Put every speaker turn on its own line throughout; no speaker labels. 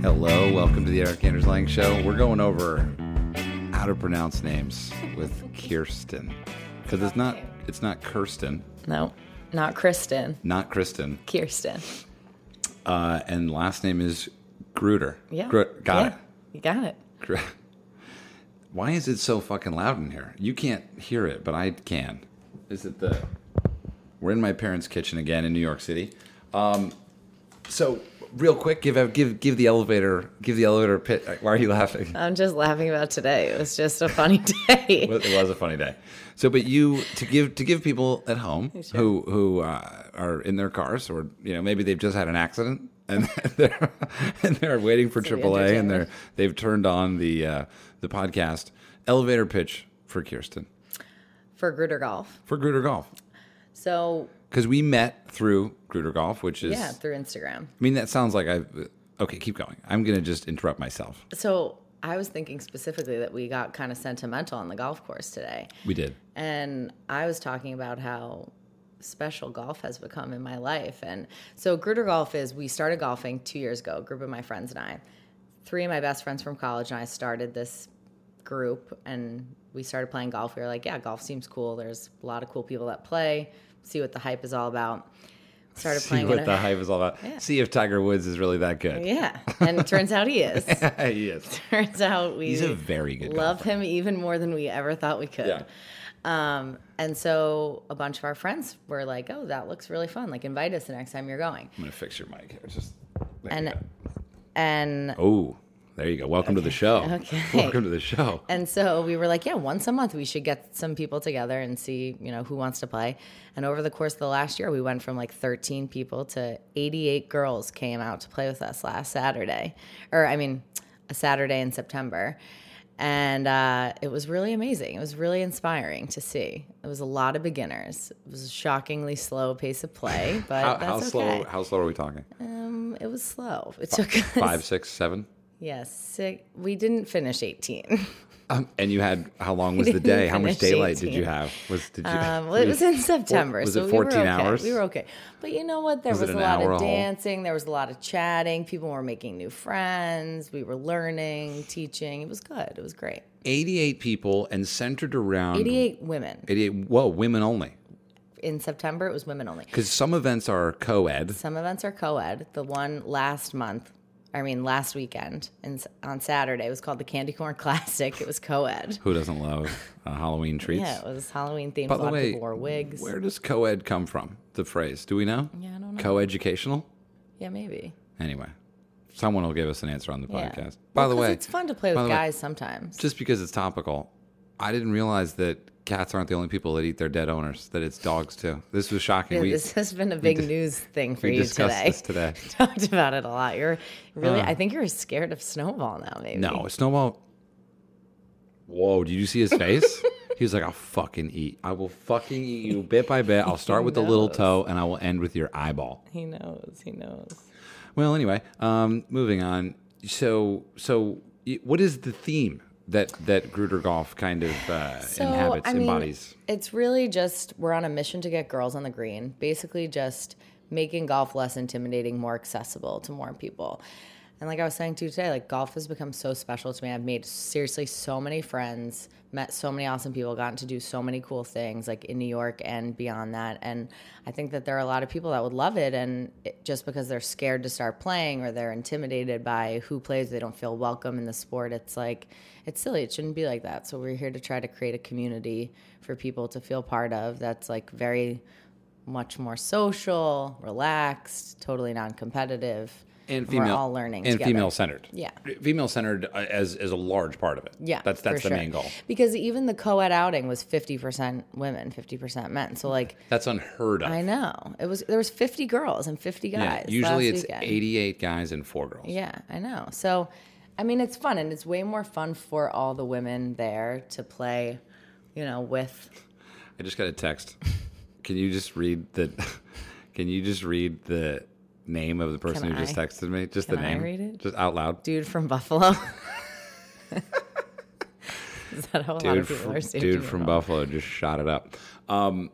Hello, welcome to the Eric Anders Lang Show. We're going over how to pronounce names with Kirsten because it's not it's not Kirsten,
No, not Kristen.
not Kristen,
Kirsten.
uh, and last name is Gruder.
Yeah.
Gru- got
Yeah. You got it.
it. Gru- Why is it so fucking loud in here? You can't hear it, but I can. Is it the? We're in my parents' kitchen again in New York City. Um, so real quick, give give give the elevator give the elevator pit. Why are you laughing?
I'm just laughing about today. It was just a funny day.
Well, it was a funny day. So, but you to give to give people at home
Sure.
who who uh, are in their cars, or you know, maybe they've just had an accident and they're and they're waiting for
City
AAA, and they're
entertainment.
they've turned on the uh, the podcast elevator pitch for Kirsten
For Gruder Golf.
for Gruder Golf
So,
because we met through Gruder Golf, which is
yeah, through Instagram.
I mean that sounds like I okay. Keep going. I'm gonna just interrupt myself.
So, I was thinking specifically that we got kind of sentimental on the golf course today.
We did.
And I was talking about how special golf has become in my life. And so, Gruder Golf is we started golfing two years ago, a group of my friends and I. Three of my best friends from college and I started this group and we started playing golf. We were like, yeah, golf seems cool. There's a lot of cool people that play, see what the hype is all about. Started
See
playing.
what
in
the
a-
hype is all about. See if Tiger Woods is really that good.
yeah. And it turns out he is.
he is.
turns out we
He's a very good
love him even more than we ever thought we could.
Yeah.
Um, and so a bunch of our friends were like, "Oh, that looks really fun! Like, invite us the next time you're going."
I'm gonna fix your mic here. Just there you
And
go.
and
oh, there you go. Welcome to the show.
Okay.
Welcome to the show.
and so we were like, "Yeah, once a month we should get some people together and see, you know, who wants to play." And over the course of the last year, we went from like 13 people to 88 girls came out to play with us last Saturday, or I mean, a Saturday in September. And uh, it was really amazing. It was really inspiring to see. It was a lot of beginners. It was a shockingly slow pace of play, but
How,
that's
how
okay.
slow? How slow are we talking?
Um, it was slow. It took us
Five, six, seven.
Yes, six, we didn't finish 18.
Um, and you had how long was the day? How much
Finish
daylight did you
18.
have? Was did you?
Um, well, it was in September.
was
so
it
we were
14
okay.
hours?
We were okay. But you know what? There
Was
was,
it
a
an
lot
hour a
of
hole?
dancing. There was a lot of chatting. People were making new friends. We were learning, teaching. It was good. It was great.
Eighty-eight people and centered around
88 women.
88 Whoa, women only.
In September, it was women only.
Because some events are co-ed.
Some events are co ed. The one last month, I mean, last weekend and on Saturday, was called the Candy Corn Classic. It was co ed.
Who doesn't love uh, Halloween treats?
Yeah, it was Halloween themed. A
By the
lot of
way,
people wore wigs.
where does co-ed come from? The phrase. Do we know?
Yeah, I don't know.
Co-educational.
Yeah, maybe.
Anyway, someone will give us an answer on the
Yeah.
podcast. By
Well,
the
'cause
way,
it's fun to play
by
with
the way-
guys sometimes.
just because it's topical, I didn't realize that cats aren't the only people that eat their dead owners. That it's dogs too. This was shocking.
Yeah,
we
this has been a big news thing for
we
you
discussed
today.
this today.
Talked about it a lot. You're really, I think you're scared of Snowball now, maybe.
No, Snowball. Whoa! Did you see his face? he was like, "I'll fucking eat. I will fucking eat you bit by bit. I'll start with the little
knows.
toe, and I will end with your eyeball."
He knows. He knows.
Well, anyway, um, moving on. So, so y- what is the theme that that Gruder Golf kind of uh, inhabits,
I mean,
embodies?
It's really just we're on a mission to get girls on the green, basically just making golf less intimidating, more accessible to more people. And like I was saying to you today, like golf has become so special to me. I've made seriously so many friends, met so many awesome people, gotten to do so many cool things like in New York and beyond that. And I think that there are a lot of people that would love it. And it, just because they're scared to start playing or they're intimidated by who plays, they don't feel welcome in the sport. It's like, it's silly. It shouldn't be like that. So we're here to try to create a community for people to feel part of that's like very much more social, relaxed, totally non competitive.
and female
We're all learning
and
together.
femile centered.
Yeah.
female centered as as a large part of it.
Yeah,
that's that's
for
the
sure.
main goal.
Because even the co-ed outing was fifty percent women, fifty percent men. So like,
That's unheard of.
I know it was there was fifty girls and fifty
Yeah,
guys.
usually
last
it's
weekend.
eighty eight guys and four girls.
Yeah, I know. So, I mean, it's fun and it's way more fun for all the women there to play. You know, with
I just got a text. Can you just read the? Can you just read the name of the person
Can
who just
I?
texted me? Just the
Can I
name.
read it?
Just out loud.
dude from Buffalo. Is that how a lot
dude
of people
from,
are saved?
dude from Buffalo just shot it up. Um,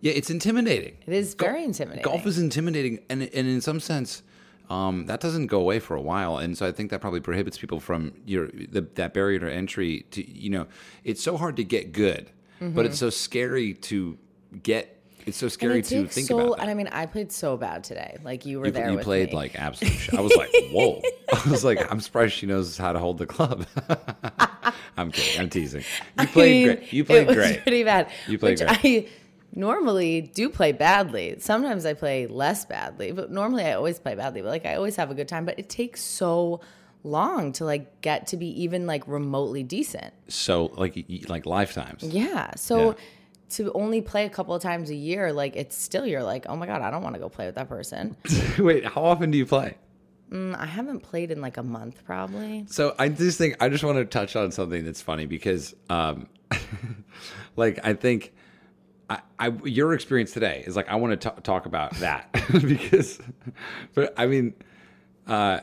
yeah, it's intimidating.
It is very intimidating.
Golf is intimidating, and and in some sense, um, that doesn't go away for a while, and so I think that probably prohibits people from your the, that barrier to entry. To you know, it's so hard to get good, but it's so scary to get. It's so
Mm-hmm. And
scary
it
to
takes
think
so,
about. That.
And I mean, I played so bad today. Like you were
You,
there.
you
with
played
me.
like absolute. Shit. I was like, whoa. I was like, I'm surprised she knows how to hold the club. I'm kidding. I'm teasing. You played
mean,
great. You played
it was
great.
Pretty bad.
You played
which I normally do play badly. Sometimes I play less badly, but normally I always play badly. But like I always have a good time. But it takes so long to like get to be even like remotely decent.
so like y- y- like lifetimes.
Yeah. So
Yeah.
to only play a couple of times a year, like it's still you're like, oh my god, I don't want to go play with that person.
Wait, how often do you play?
Mm, I haven't played in like a month probably.
So I just think I just want to touch on something that's funny because, um, like, I think I, I your experience today is like I want to t- talk about that because, but I mean, uh,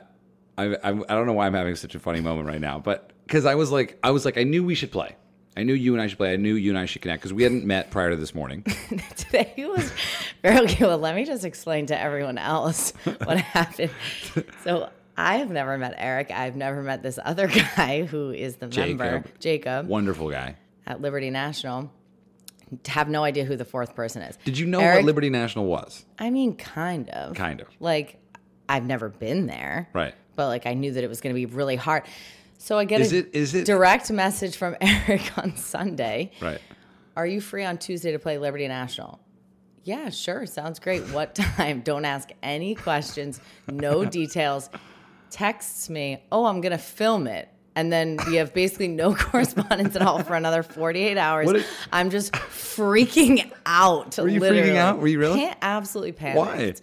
I, I I don't know why I'm having such a funny moment right now, but because I was like I was like I knew we should play. I knew you and I should play. I knew you and I should connect because we hadn't met prior to this morning.
Today was very okay. Well, let me just explain to everyone else what happened. So I have never met Eric. I've never met this other guy who is the member,
Jacob.
Jacob,
Wonderful guy.
at Liberty National. Have no idea who the fourth person is.
Did you know what
Eric-
Liberty National was?
I mean, kind of.
Kind of.
Like, I've never been there.
Right.
But like, I knew that it was going to be really hard. So I get
Is
a
it is it
direct message from Eric on Sunday.
right?
Are you free on Tuesday to play Liberty National? Yeah, sure. Sounds great. What time? Don't ask any questions, no details. Texts me, oh, I'm going to film it. And then we have basically no correspondence at all for another 48 hours.
What a-
I'm just freaking out. Were
you freaking out? Were you really?
Can't absolutely panic.
Why?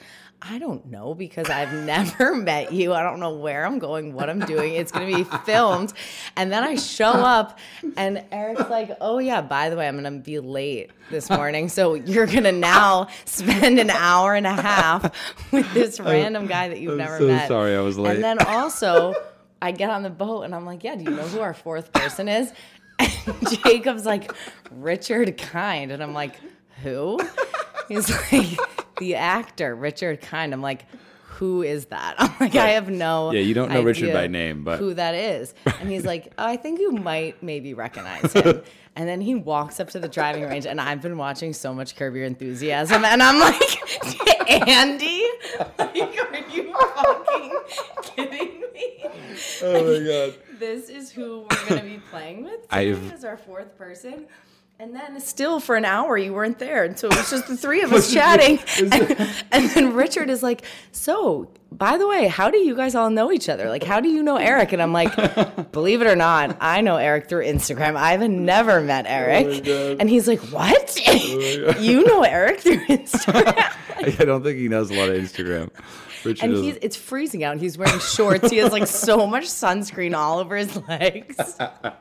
I don't know because I've never met you. I don't know where I'm going, what I'm doing. It's going to be filmed. And then I show up, and Eric's like, Oh, yeah, by the way, I'm going to be late this morning. So you're going to now spend an hour and a half with this random guy that you've
Oh, I'm
never
so
met.
sorry I was late.
And then also, I get on the boat, and I'm like, Yeah, do you know who our fourth person is? And Jacob's like, Richard Kind. And I'm like, Who? He's like, the actor, Richard Kind. I'm like, who is that? I'm like, I have no.
Yeah, you don't know Richard
idea
by name, but-
who that is? And he's like, oh, I think you might maybe recognize him. and then he walks up to the driving range, and I've been watching so much Curb Your Enthusiasm, and I'm like, Andy, like, are you fucking kidding me?
Oh my god.
This is who we're gonna be playing with.
I've-
As our fourth person. And then still for an hour you weren't there, and so it was just the three of us chatting. And, and then Richard is like, "So, by the way, how do you guys all know each other? Like, how do you know Eric?" And I'm like, "Believe it or not, I know Eric through Instagram. I've never met Eric."
God.
and he's like, "What? you know Eric through Instagram?"
I don't think he knows a lot of Instagram. Richard
And
doesn't.
he's it's freezing out. and He's wearing shorts. He has like so much sunscreen all over his legs.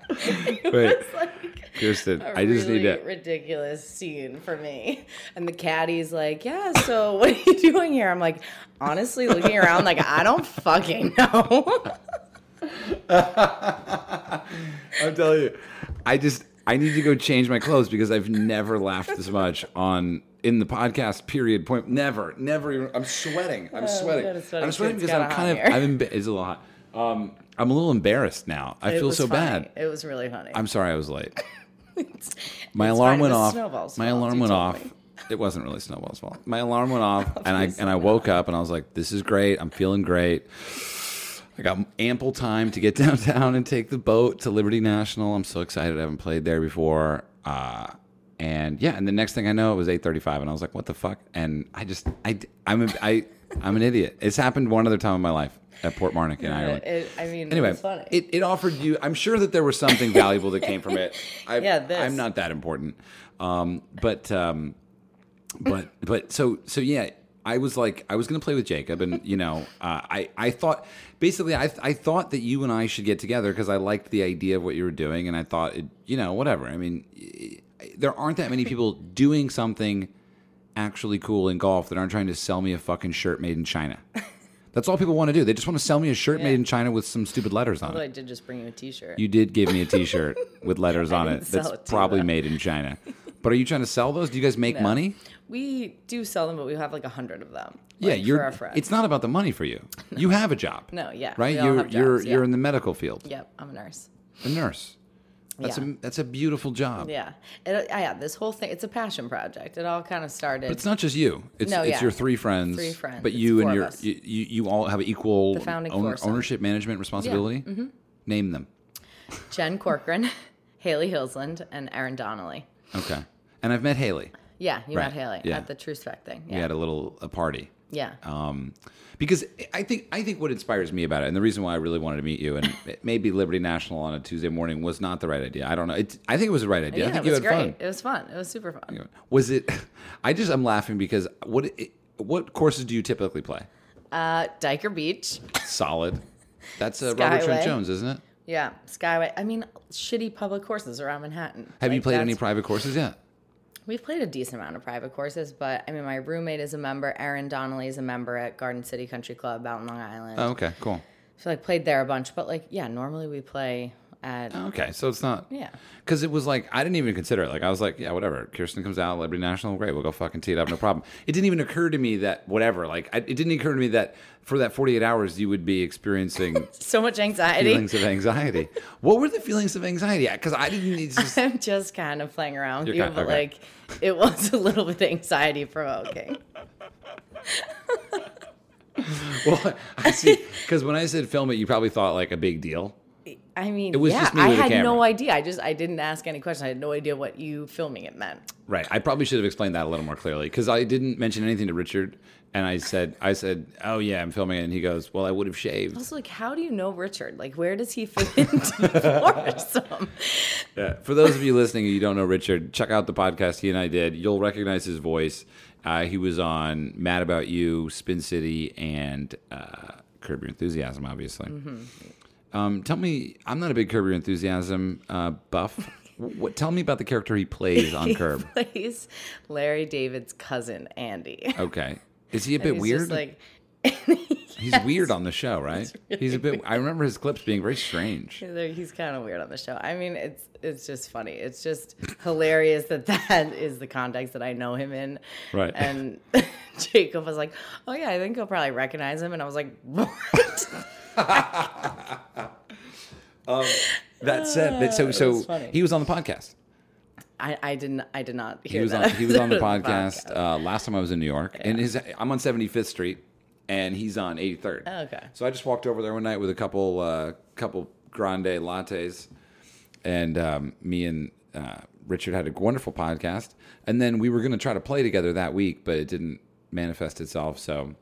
it
Wait.
was like
Kirsten,
a
I just
really
need to.
ridiculous scene for me. And the caddy's like, "Yeah, so what are you doing here?" I'm like, honestly, looking around, like I don't fucking know.
I'm telling you, I just I need to go change my clothes because I've never laughed this much on in the podcast. Period. Point. Never, never. Even, I'm sweating.
Oh,
I'm sweating.
God, it's sweating.
I'm sweating
It's
because
kinda
I'm
hot
kind of.
here.
I'm emba- it's a little hot. Um, I'm a little embarrassed now. I
It
feel
was
so
funny.
bad.
It was really funny.
I'm sorry I was late. My
It's
alarm went
fine. It was
off.
Snowball's
my
fault,
alarm
you
went
told
off.
me.
It wasn't really Snowball's fault. My alarm went off, and I and I woke up and I was like, "This is great. I'm feeling great. I got ample time to get downtown and take the boat to Liberty National. I'm so excited. I haven't played there before. Uh, and yeah, and the next thing I know, it was 8:35, and I was like, "What the fuck?" And I just I I'm a, I I'm an idiot. It's happened one other time in my life at Port Marnock in Ireland.
It- I mean,
Anyway,
it was funny.
It, it offered you. I'm sure that there was something valuable that came from it. I,
Yeah, this.
I'm not that important. Um, but um, but but so so yeah. I was like, I was gonna play with Jacob, and you know, uh, I I thought basically I I thought that you and I should get together because I liked the idea of what you were doing, and I thought it, you know, whatever. I mean, i- i- there aren't that many people doing something actually cool in golf that aren't trying to sell me a fucking shirt made in China. That's all people want to do. They just want to sell me a shirt made in China with some stupid letters on
Although
it.
I did just bring you a T-shirt.
You did give me a T-shirt with letters on it
didn't sell
that's
it to you,
probably
though.
made in China, But are you trying to sell those? Do you guys make money?
We do sell them, but we have like a hundred of them.
Yeah,
like,
you're.
for our friends.
It's not about the money for you. You have a job.
No, yeah,
Right.
we all
You're
have
you're
jobs,
you're
yeah.
in the medical field.
Yep, I'm a nurse.
A nurse. That's
Yeah.
a that's a beautiful job.
Yeah, it, yeah. This whole thing—it's a passion project. It all kind of started.
It's not just you. It's
No,
it's
yeah.
your three friends.
Three friends.
But
It's
you and
four of
your
us.
you, you you all have equal
founding
owner-
foursome.
ownership, management, responsibility. Mm-hmm. Name them.
Jen Corcoran, Haley Hillsland, and Aaron Donnelly.
Okay. And I've met Haley.
Yeah, you
Right,
met Haley
yeah.
at the True Spec thing.
We
Yeah,
had a little a party.
yeah.
um, because I think I think what inspires me about it, and the reason why I really wanted to meet you, and maybe Liberty National on a Tuesday morning was not the right idea. I don't know. It, I think it was the right idea.
yeah,
I think
it
you
was
had
great.
fun.
It was fun. It was super fun.
Was it? I just I'm laughing because what it, what courses do you typically play?
Uh, Diker Beach.
Solid. That's uh, Robert Trent
Skyway.
Jones, isn't it?
Yeah, Skyway. I mean, shitty public courses around Manhattan.
Have you
Like,
played any
that's-
private courses yet?
We've played a decent amount of private courses, but I mean, my roommate is a member. Aaron Donnelly is a member at Garden City Country Club out in Long Island.
Oh, okay, cool.
So like played there a bunch, but like yeah, normally we play at
Okay, so it's not.
Yeah.
Because it was like I didn't even consider it. Like I was like, yeah, whatever. Kirsten comes out, Liberty National, great. We'll go fucking tee it up, no problem. It didn't even occur to me that whatever. Like I, it didn't occur to me that for that 48 hours you would be experiencing
so much anxiety.
feelings of anxiety. What were the feelings of anxiety? Because I didn't need to.
I'm just kind of playing around with you,
You're kind-
but
okay.
like it was a little bit anxiety provoking.
Well, I see. Because when I said film it, you probably thought like a big deal.
I mean,
was
yeah,
just me
I
with a
had no
camera.
idea. I just I didn't ask any questions. I had no idea what you filming it meant.
Right. I probably should have explained that a little more clearly because I didn't mention anything to Richard, and I said, I said, oh yeah, I'm filming it, and he goes, well, I would have shaved.
Also, like, how do you know Richard? Like, where does he fit into the foursome?
Yeah. Uh, For those of you listening, you don't know Richard, check out the podcast he and I did. You'll recognize his voice. Uh, he was on Mad About You, Spin City, and uh, Curb Your Enthusiasm, obviously.
Mm-hmm.
Um, tell me, I'm not a big Curb Your Enthusiasm uh, buff. what, tell me about the character he plays on Curb.
He plays Larry David's cousin Andy.
Okay. Is he a bit
He's
weird?
Just like
He's weird on the show, right? He's a bit. I remember his clips being very strange.
They're- He's kind of weird on the show. I mean, it's it's just funny. It's just hilarious that that is the context that I know him in.
Right.
And Jacob was like, "Oh yeah, I think he'll probably recognize him." And I was like, "What?"
That said, that, so
That's
so
funny.
he was on the podcast.
I, I didn't. I did not hear
he was
that.
on he was on the podcast uh, last time I was in New York, and his I'm on 75th Street, and he's on 83rd.
Oh, Okay.
So I just walked over there one night with a couple uh, couple grande lattes, and um, me and uh, Richard had a wonderful podcast, and then we were going to try to play together that week, but it didn't manifest itself. So,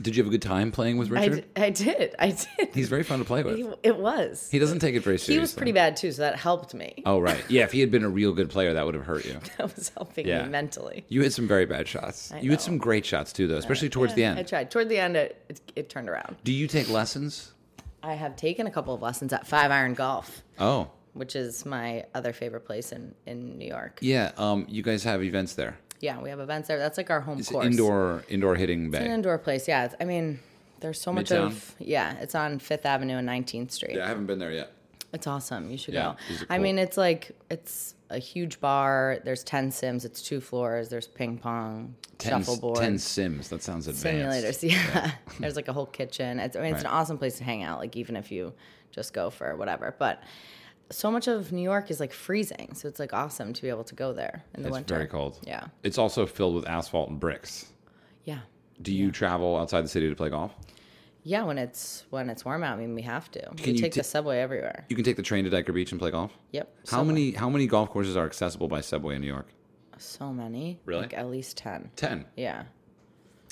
did you have a good time playing with
I,
Richard?
d- I did. I did.
He's very fun to play with.
He- it was.
He doesn't take it very seriously.
He was pretty bad too, so that helped me.
Oh right, yeah. If he had been a real good player, that would have hurt you.
That was helping
Yeah.
me mentally.
You hit some very bad shots. you hit
know.
some great shots too, though, especially towards
Yeah,
the
I
end.
tried. Toward the end, it, it, it turned around.
Do you take lessons?
I have taken a couple of lessons at Five Iron Golf.
Oh,
which is my other favorite place in, in New York.
yeah. Um, you guys have events there.
Yeah, we have events there. That's like our home
It's
course.
indoor indoor hitting
It's
bay.
an indoor place. Yeah, it's, I mean, there's so much
Midtown?
of yeah. It's on Fifth Avenue and 19th Street.
I haven't been there yet.
It's awesome. You should
Yeah,
go.
these are
I
cool.
mean, it's like it's a huge bar. There's ten sims. It's two floors. There's ping pong,
Ten,
shuffleboard,
ten sims. That sounds advanced.
simulators. Yeah, there's like a whole kitchen. It's, I mean, it's an awesome place to hang out. Like even if you just go for whatever, but. So much of New York is like freezing, so it's like awesome to be able to go there in the
It's
winter.
very cold.
Yeah.
It's also filled with asphalt and bricks.
Yeah.
Do you travel outside the city to play golf?
Yeah, when it's when it's warm out, I mean we have to.
Can
we
you
take
ta-
the subway everywhere.
You can take the train to Diker Beach and play golf.
Yep.
How many how many golf courses are accessible by subway in New York?
So many.
Really?
Like at least ten.
Ten.
Yeah.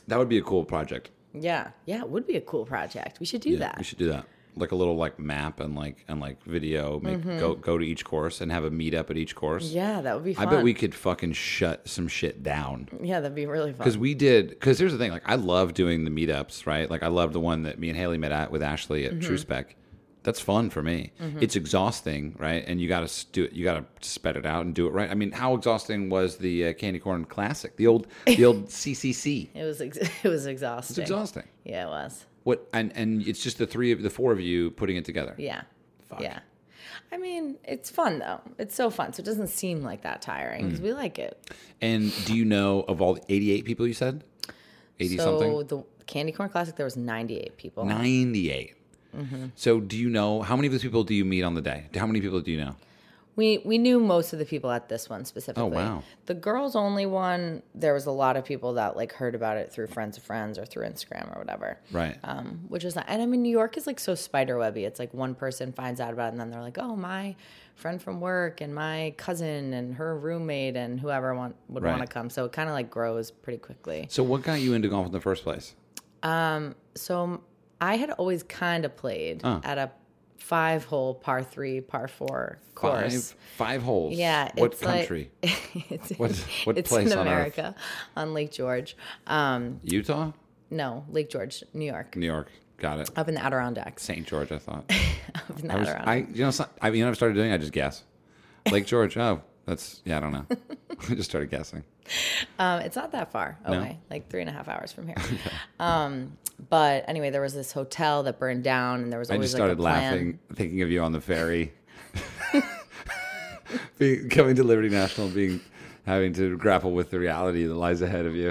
That would be a cool project.
Yeah. Yeah, it would be a cool project. We should do
Yeah,
that.
we should do that. Like a little like map and like and like video. Make, Go go to each course and have a meetup at each course.
Mm-hmm. yeah, that would be
I
fun.
bet we could fucking shut some shit down.
Yeah, that'd be really
Because
fun.
we did. Because here's the thing. Like I love doing the meetups, right? Like I love the one that me and Haley met at with Ashley at
Mm-hmm.
True Spec. That's fun for me. It's exhausting, right? And you got to do it. You got to spread it out and do it right. I mean, how exhausting was the uh, candy corn classic? The old, the old CCC.
It was ex- it was exhausting.
It's exhausting.
Yeah, it was.
What and and it's just the three of the four of you putting it together.
Yeah. Yeah. I mean, it's fun though. It's so fun. So it doesn't seem like that tiring
Mm.
because we like it.
And do you know of all the 88 people you said? 80
so
something?
the Candy Corn Classic, there was 98 people.
98.
Mm-hmm.
So do you know how many of those people do you meet on the day? How many people do you know?
We we knew most of the people at this one specifically.
Oh, wow.
The girls only one, there was a lot of people that like heard about it through friends of friends or through Instagram or whatever.
Right.
Um, which is not, and I mean New York is like so spider webby. It's like one person finds out about it and then they're like, Oh, my friend from work and my cousin and her roommate and whoever want would
Right.
want to come. So it kinda like grows pretty quickly.
so what got you into golf in the first place?
So I had always kind of played at a five hole par three, par four course.
Five, five holes.
Yeah,
What
it's like-
country?
it's,
What- what
it's
place
in
on earth?
America, on Lake George. Um,
Utah?
no, Lake George, New York,
New York. Got it.
up in the Adirondacks.
St. George, I thought.
Up in the
I was,
Adirondacks.
I, you know, so- I, you know, what I've started doing. I just guess. Lake George. Oh, that's yeah. I don't know. I just started guessing.
Um, it's not that far away, like three and a half hours from here. um, but anyway, there was this hotel that burned down, and there was
I
always
just started
like a plan.
laughing, thinking of you on the ferry, being, coming to Liberty National, being having to grapple with the reality that lies ahead of you,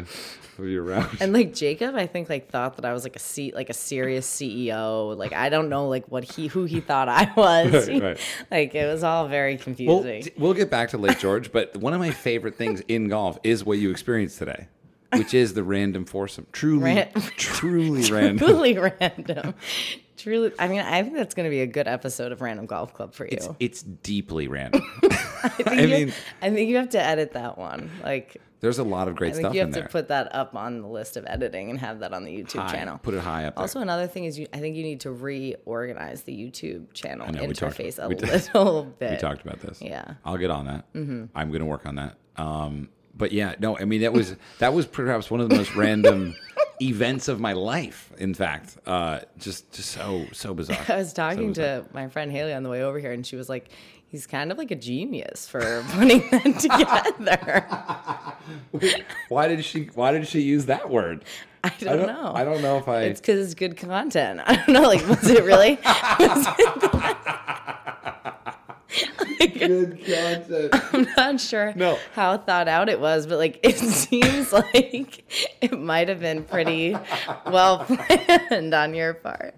of your route.
And like Jacob, I think like thought that I was like a C, like a serious CEO. Like I don't know like what he who he thought I was.
Right, right.
like it was all very confusing.
Well, t- we'll get back to Lake George, but one of my favorite things in golf is what you experienced today, which is the random foursome. Truly,
Ran-
truly random.
truly random. Truly, I mean, I think that's going to be a good episode of Random Golf Club for you.
It's, it's deeply random.
I, think
I
you
mean-
I think you have to edit that one. Like,
There's a lot of great
I think
stuff
you
in
have
there.
to put that up on the list of editing and have that on the YouTube
High.
channel.
Put it high up. there.
Also, another thing is, you, I think you need to reorganize the YouTube channel
know, we talked-
interface
we
a
did-
little bit.
We talked about this.
Yeah. Mm-hmm.
I'll get on that. I'm going to work on that. Um, but yeah, no, I mean that was that was perhaps one of the most random events of my life. In fact, uh, just just so so bizarre.
I was talking to my friend Haley on the way over here, and she was like, "He's kind of like a genius for putting that together."
why did she Why did she use that word?
I don't,
I don't
know.
I don't know if I.
It's because it's good content. I don't know. Like, was it really?
good concept.
I'm not sure
No.
how thought out it was, but like, it seems like it might have been pretty well planned on your part.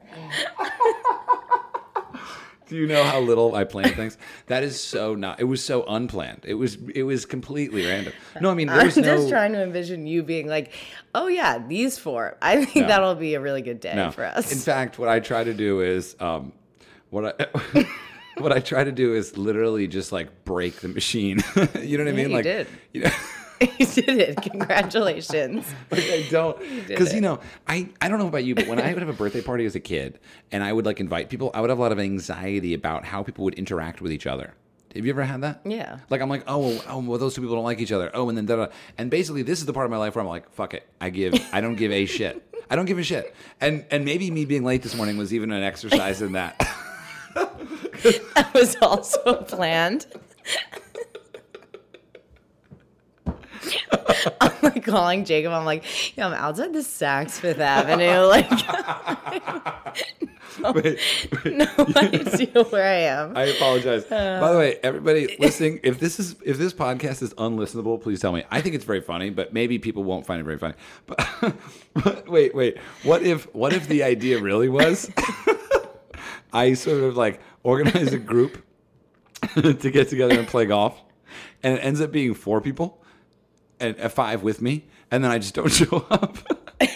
Do you know how little I plan things? That is so not. It was so unplanned. It was it was completely random. No, I mean there
I'm
was
just
no.
trying to envision you being like, "Oh yeah, these four. I think
No.
that'll be a really good day
No.
for us."
In fact, what I try to do is um, what I. What I try to do is literally just like break the machine. you know what I mean?
you
like,
did.
You know,
you did it. Congratulations.
like I don't because you
it.
know I I don't know about you, but when I would have a birthday party as a kid and I would like invite people, I would have a lot of anxiety about how people would interact with each other. Have you ever had that?
Yeah.
Like I'm like, oh, well, oh, well, those two people don't like each other. Oh, and then da da. And basically, this is the part of my life where I'm like, fuck it, I give, I don't give a shit. I don't give a shit. And and maybe me being late this morning was even an exercise in that.
That was also planned. I'm like calling Jacob. I'm like, yeah, I'm outside the Saks Fifth Avenue. Like,
Wait,
no idea where I am.
I apologize. By the way, everybody listening, if this is if this podcast is unlistenable, please tell me. I think it's very funny, but maybe people won't find it very funny. But, but wait, wait. What if what if the idea really was I sort of like organize a group to get together and play golf, and it ends up being four people and uh, five with me, and then I just don't show up.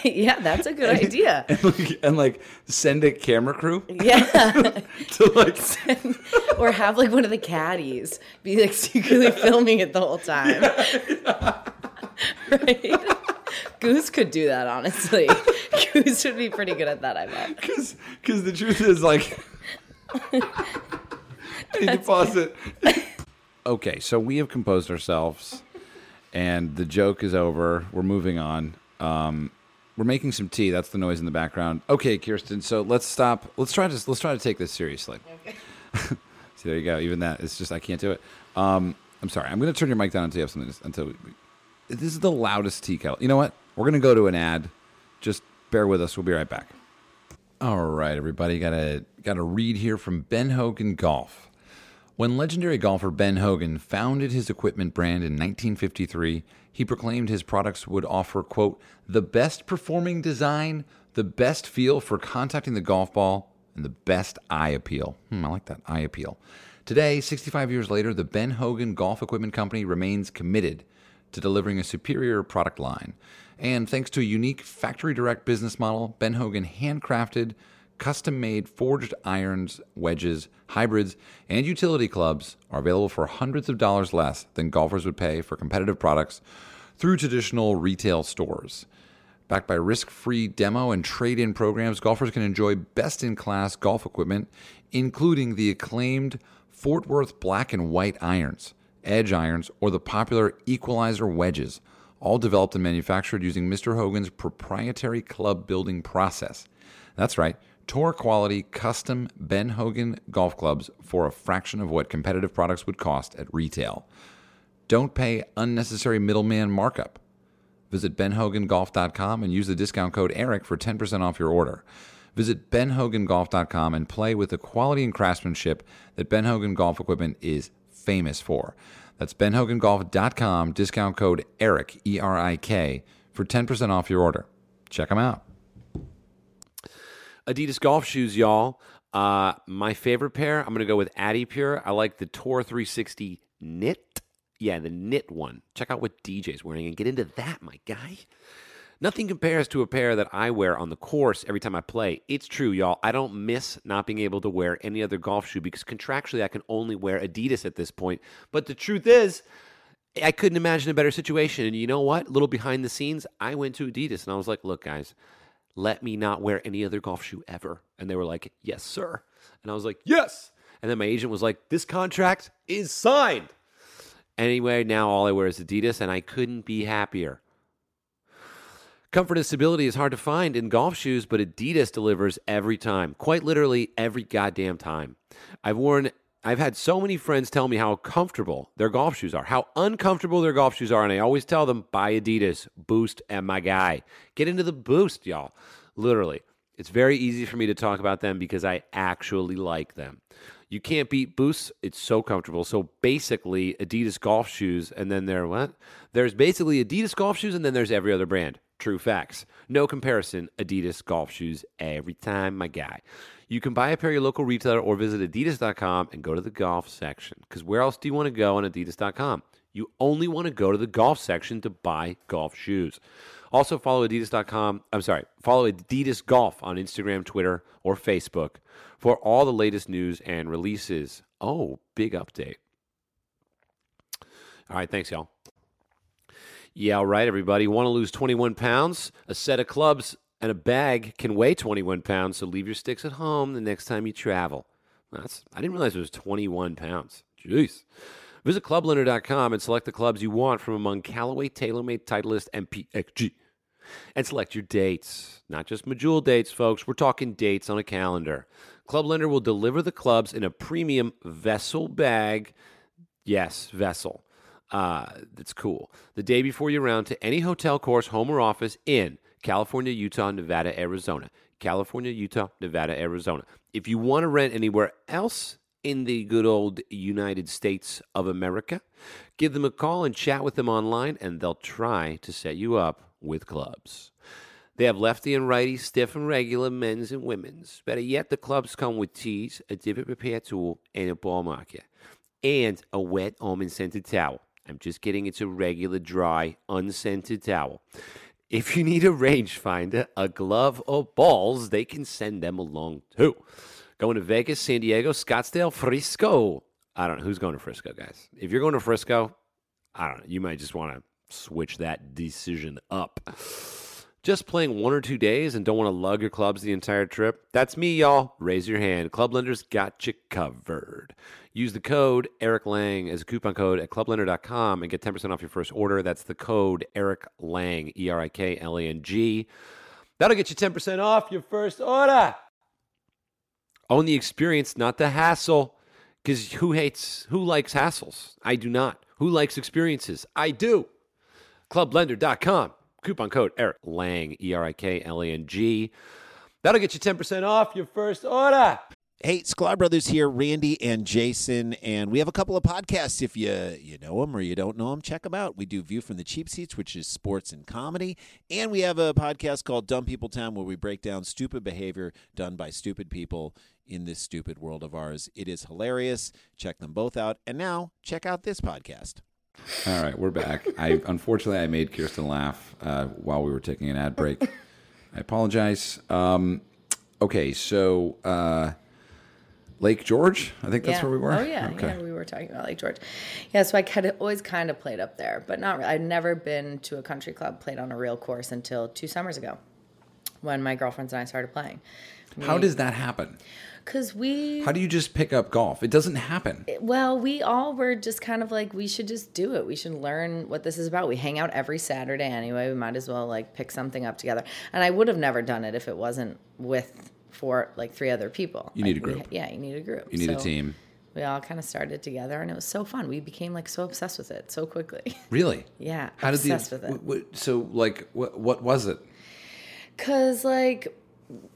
yeah, that's a good idea.
and, like, and like send a camera crew
Yeah,
to like
or have like one of the caddies be like secretly filming it the whole time. right? Goose could do that, honestly. Goose would be pretty good at that, I bet.
Because the truth is, like, I need to pause it. Okay, so we have composed ourselves, and the joke is over. We're moving on. Um, we're making some tea. That's the noise in the background. Okay, Kirsten. So let's stop. Let's try to let's try to take this seriously. See, there you go. Even that, it's just I can't do it. Um, I'm sorry. I'm going to turn your mic down until you have something. to- Until we, we- this is the loudest tea kettle. You know what? We're going to go to an ad. Just bear with us. We'll be right back. All right, everybody. Got a got a read here from Ben Hogan Golf. When legendary golfer Ben Hogan founded his equipment brand in 1953, he proclaimed his products would offer, quote, the best performing design, the best feel for contacting the golf ball, and the best eye appeal. Hmm, I like that eye appeal. Today, 65 years later, the Ben Hogan Golf Equipment Company remains committed to delivering a superior product line. And thanks to a unique factory direct business model, Ben Hogan handcrafted, custom made forged irons, wedges, hybrids, and utility clubs are available for hundreds of dollars less than golfers would pay for competitive products through traditional retail stores. Backed by risk free demo and trade in programs, golfers can enjoy best in class golf equipment, including the acclaimed Fort Worth black and white irons, edge irons, or the popular equalizer wedges, all developed and manufactured using Mr. Hogan's proprietary club building process. That's right, tour quality custom Ben Hogan golf clubs for a fraction of what competitive products would cost at retail. Don't pay unnecessary middleman markup. Visit benhogangolf.com and use the discount code ERIC for 10% off your order. Visit benhogangolf.com and play with the quality and craftsmanship that Ben Hogan Golf Equipment is famous for. That's benhogangolf.com, discount code ERIC, E R I K, for 10% off your order. Check them out.
Adidas golf shoes, y'all. Uh, my favorite pair, I'm going to go with Addy Pure. I like the Tour 360 knit. Yeah, the knit one. Check out what DJ's wearing and get into that, my guy. Nothing compares to a pair that I wear on the course every time I play. It's true, y'all. I don't miss not being able to wear any other golf shoe because contractually I can only wear Adidas at this point. But the truth is, I couldn't imagine a better situation. And you know what? A little behind the scenes, I went to Adidas and I was like, look, guys, let me not wear any other golf shoe ever. And they were like, yes, sir. And I was like, yes. And then my agent was like, this contract is signed. Anyway, now all I wear is Adidas, and I couldn't be happier. Comfort and stability is hard to find in golf shoes, but Adidas delivers every time. Quite literally every goddamn time. I've worn I've had so many friends tell me how comfortable their golf shoes are, how uncomfortable their golf shoes are, and I always tell them buy Adidas, Boost, and my guy. Get into the Boost, y'all. Literally. It's very easy for me to talk about them because I actually like them. You can't beat Boost. It's so comfortable. So basically, Adidas golf shoes, and then there what? There's basically Adidas golf shoes, and then there's every other brand. True facts. No comparison. Adidas golf shoes every time, my guy. You can buy a pair at your local retailer or visit adidas.com and go to the golf section. Because where else do you want to go on adidas.com? You only want to go to the golf section to buy golf shoes. Also, follow adidas.com. I'm sorry, follow Adidas Golf on Instagram, Twitter, or Facebook for all the latest news and releases. Oh, big update. All right, thanks, y'all. Yeah, all right, everybody. Want to lose 21 pounds? A set of clubs and a bag can weigh 21 pounds, so leave your sticks at home the next time you travel. That's I didn't realize it was 21 pounds. Jeez. Visit clublender.com and select the clubs you want from among Callaway, TaylorMade, Titleist, and PXG. And select your dates, not just Majul dates, folks. We're talking dates on a calendar. Clublender will deliver the clubs in a premium vessel bag. Yes, vessel. Uh, that's cool. The day before your round to any hotel course, home, or office in California, Utah, Nevada, Arizona. California, Utah, Nevada, Arizona. If you want to rent anywhere else in the good old United States of America, give them a call and chat with them online, and they'll try to set you up with clubs. They have lefty and righty, stiff and regular, men's and women's. Better yet, the clubs come with tees, a divot repair tool, and a ball marker, and a wet almond scented towel. I'm just kidding. It's a regular, dry, unscented towel. If you need a rangefinder, a glove, or balls, they can send them along too. Going to Vegas, San Diego, Scottsdale, Frisco. I don't know who's going to Frisco, guys. If you're going to Frisco, I don't know. You might just want to switch that decision up. Just playing one or two days and don't want to lug your clubs the entire trip? That's me, y'all. Raise your hand. Clublender's got you covered. Use the code Eric Lang as a coupon code at clublender.com and get 10% off your first order. That's the code Eric Lang, E R I K L A N G. That'll get you 10% off your first order. Own the experience, not the hassle. Because who hates, who likes hassles? I do not. Who likes experiences? I do. Clublender.com coupon code Eric Lang, E R I K L A N G. That'll get you 10% off your first order.
Hey, Sklar Brothers here, Randy and Jason, and we have a couple of podcasts. If you you know them or you don't know them, check them out. We do View from the Cheap Seats, which is sports and comedy, and we have a podcast called Dumb People Town, where we break down stupid behavior done by stupid people in this stupid world of ours. It is hilarious. Check them both out, and now check out this podcast.
All right, we're back. I unfortunately I made Kirsten laugh uh, while we were taking an ad break. I apologize. Um, okay, so uh, Lake George, I think that's
Yeah.
where we were.
Oh yeah,
Okay.
yeah, we were talking about Lake George. Yeah, so I kind of always kind of played up there, but not. re- I'd never been to a country club played on a real course until two summers ago, when my girlfriends and I started playing.
How does that happen?
Cause we
How do you just pick up golf? It doesn't happen.
well, we all were just kind of like, we should just do it. We should learn what this is about. We hang out every Saturday anyway. We might as well like pick something up together. And I would have never done it if it wasn't with four, like three other people. You
need
like,
a
we-
group.
yeah, you need a group.
You need a
So
team.
We all kind of started together, and it was so fun. We became like so obsessed with it so quickly.
Really?
yeah,
How did the
obsessed with it.
w- w- so like what what was it?
Cause like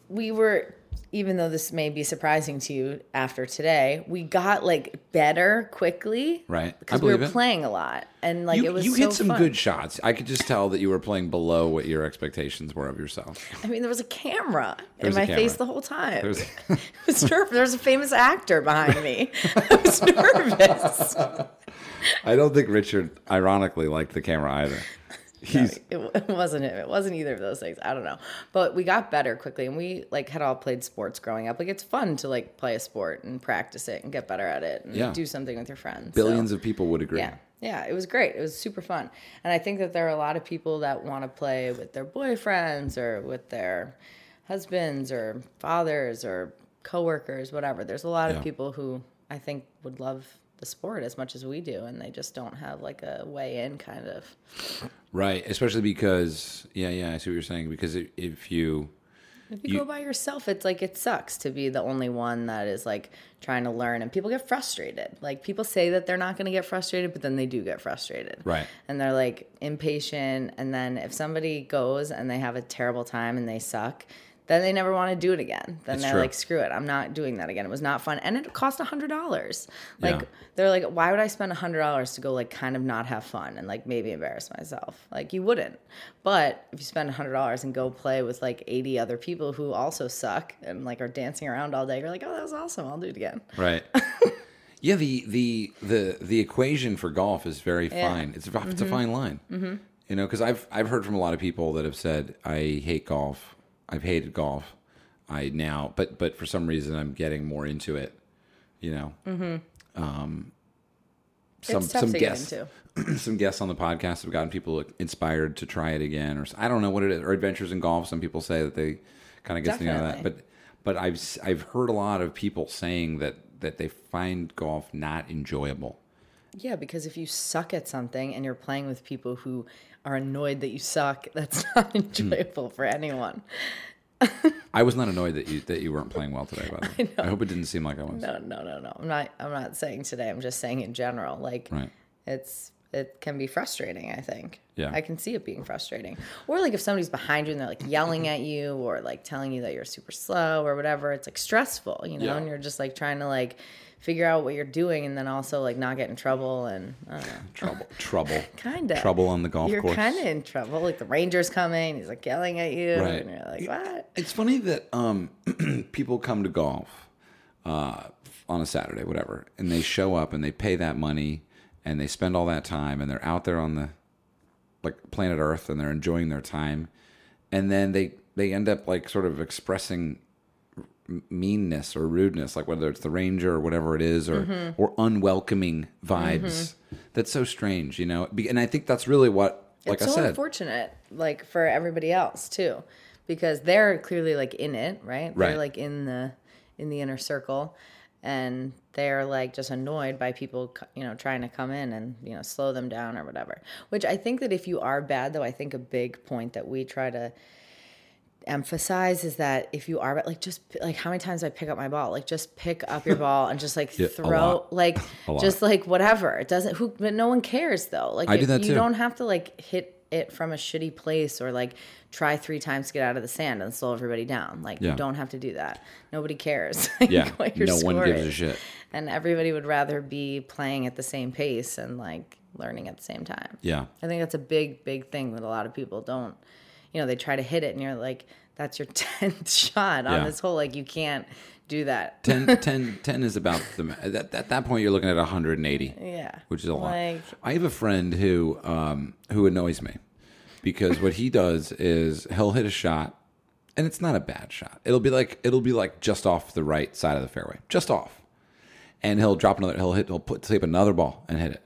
we were, even though this may be surprising to you after today, we got like better quickly,
Right. I
Because we were
believe it.
playing a lot, and like
you
it was
you
so
hit some
fun.
good shots. I could just tell that you were playing below what your expectations were of yourself.
I mean, there was a camera
was
in
a
my
camera.
face the whole time.
There was-
it was nerve- There was a famous actor behind me. I was nervous.
I don't think Richard, ironically, liked the camera either. He's
it wa- it wasn't him. It wasn't either of those things. I don't know. But we got better quickly, and we like had all played sports growing up. Like it's fun to like play a sport and practice it and get better at it and
Yeah.
do something with your friends.
billions
So,
of people would agree.
yeah. Yeah, it was great. It was super fun. And I think that there are a lot of people that want to play with their boyfriends or with their husbands or fathers or coworkers, whatever. There's a lot
Yeah.
of people who I think would love the sport as much as we do and they just don't have like a way in kind of.
Right, especially because yeah, yeah, I see what you're saying. Because i- if you
If you, go by yourself, it's like it sucks to be the only one that is like trying to learn, and people get frustrated. Like people say that they're not going to get frustrated, but then they do get frustrated.
Right.
And they're like impatient, and then if somebody goes and they have a terrible time and they suck, then they never want to do it again. Then
It's
they're
true.
like, screw it, I'm not doing that again. It was not fun, and it cost a hundred dollars. Like
Yeah.
they're like, why would I spend a hundred dollars to go like kind of not have fun and like maybe embarrass myself? Like you wouldn't. But if you spend a hundred dollars and go play with like eighty other people who also suck and like are dancing around all day, you're like, oh, that was awesome. I'll do it again.
right, yeah, the the the the equation for golf is very fine. It's a, it's a fine line. Mm-hmm. You know, because I've I've heard from a lot of people that have said I hate golf. I've hated golf. I now, but but for some reason, I'm getting more into it. You know, mm-hmm. um, some
it's tough
some
to
guests
get into.
some guests on the podcast have gotten people inspired to try it again, or s- I don't know what it is, or adventures in golf. Some people say that they kind of get something out of that, but
Definitely.
but I've s- I've heard a lot of people saying that that they find golf not enjoyable.
Yeah, because if you suck at something and you're playing with people who are annoyed that you suck, that's
Hmm.
not enjoyable for anyone.
I was not annoyed that you that you weren't playing well today. By the way, I, hope it didn't seem like I was.
No, no, no, no. I'm not. I'm not saying today. I'm just saying in general. Like,
Right.
it's it can be frustrating. I think.
Yeah.
I can see it being frustrating. Or like if somebody's behind you and they're like yelling at you or like telling you that you're super slow or whatever. It's like stressful, you know.
Yeah.
And you're just like trying to like figure out what you're doing and then also like not get in trouble and I don't know.
Trouble, trouble,
Kinda.
trouble on the golf
you're
course.
kind of in trouble. Like the ranger's coming. He's like yelling at you,
Right.
and you're like, what?
It's funny that um, people come to golf uh, on a Saturday, whatever, and they show up and they pay that money and they spend all that time and they're out there on the like planet Earth and they're enjoying their time, and then they they end up like sort of expressing m- meanness or rudeness, like whether it's the ranger or whatever it is, or
Mm-hmm.
or unwelcoming vibes. That's so strange, you know. Be- And I think that's really what, like
it's
I
so
said,
unfortunate, like for everybody else too, because they're clearly like in it, right?
Right.
They're like in the in the inner circle, and they're like just annoyed by people, co- you know, trying to come in and you know slow them down or whatever. Which I think that if you are bad, though, I think a big point that we try to emphasize is that if you are like just like how many times do I pick up my ball like just pick up your ball and just like
Yeah, a
throw
lot.
like
A lot.
just like whatever it doesn't who but no one cares though like
I do
if
that
you
too.
don't have to like hit it from a shitty place or like try three times to get out of the sand and slow everybody down. Like
Yeah.
you don't have to do that. Nobody cares. like,
Yeah,
what your
no one
score
gives a
is.
shit.
And everybody would rather be playing at the same pace and like learning at the same time.
Yeah.
I think that's a big, big thing that a lot of people don't. You know, they try to hit it, and you're like, "That's your tenth shot on
Yeah.
this hole. Like, you can't do that."
10, 10, 10 is about the at, at that point you're looking at 180
Yeah.
which is a lot
Like-
i have a friend who um who annoys me because what he does is he'll hit a shot and it's not a bad shot it'll be like it'll be like just off the right side of the fairway just off and he'll drop another he'll hit he'll put tape another ball and hit it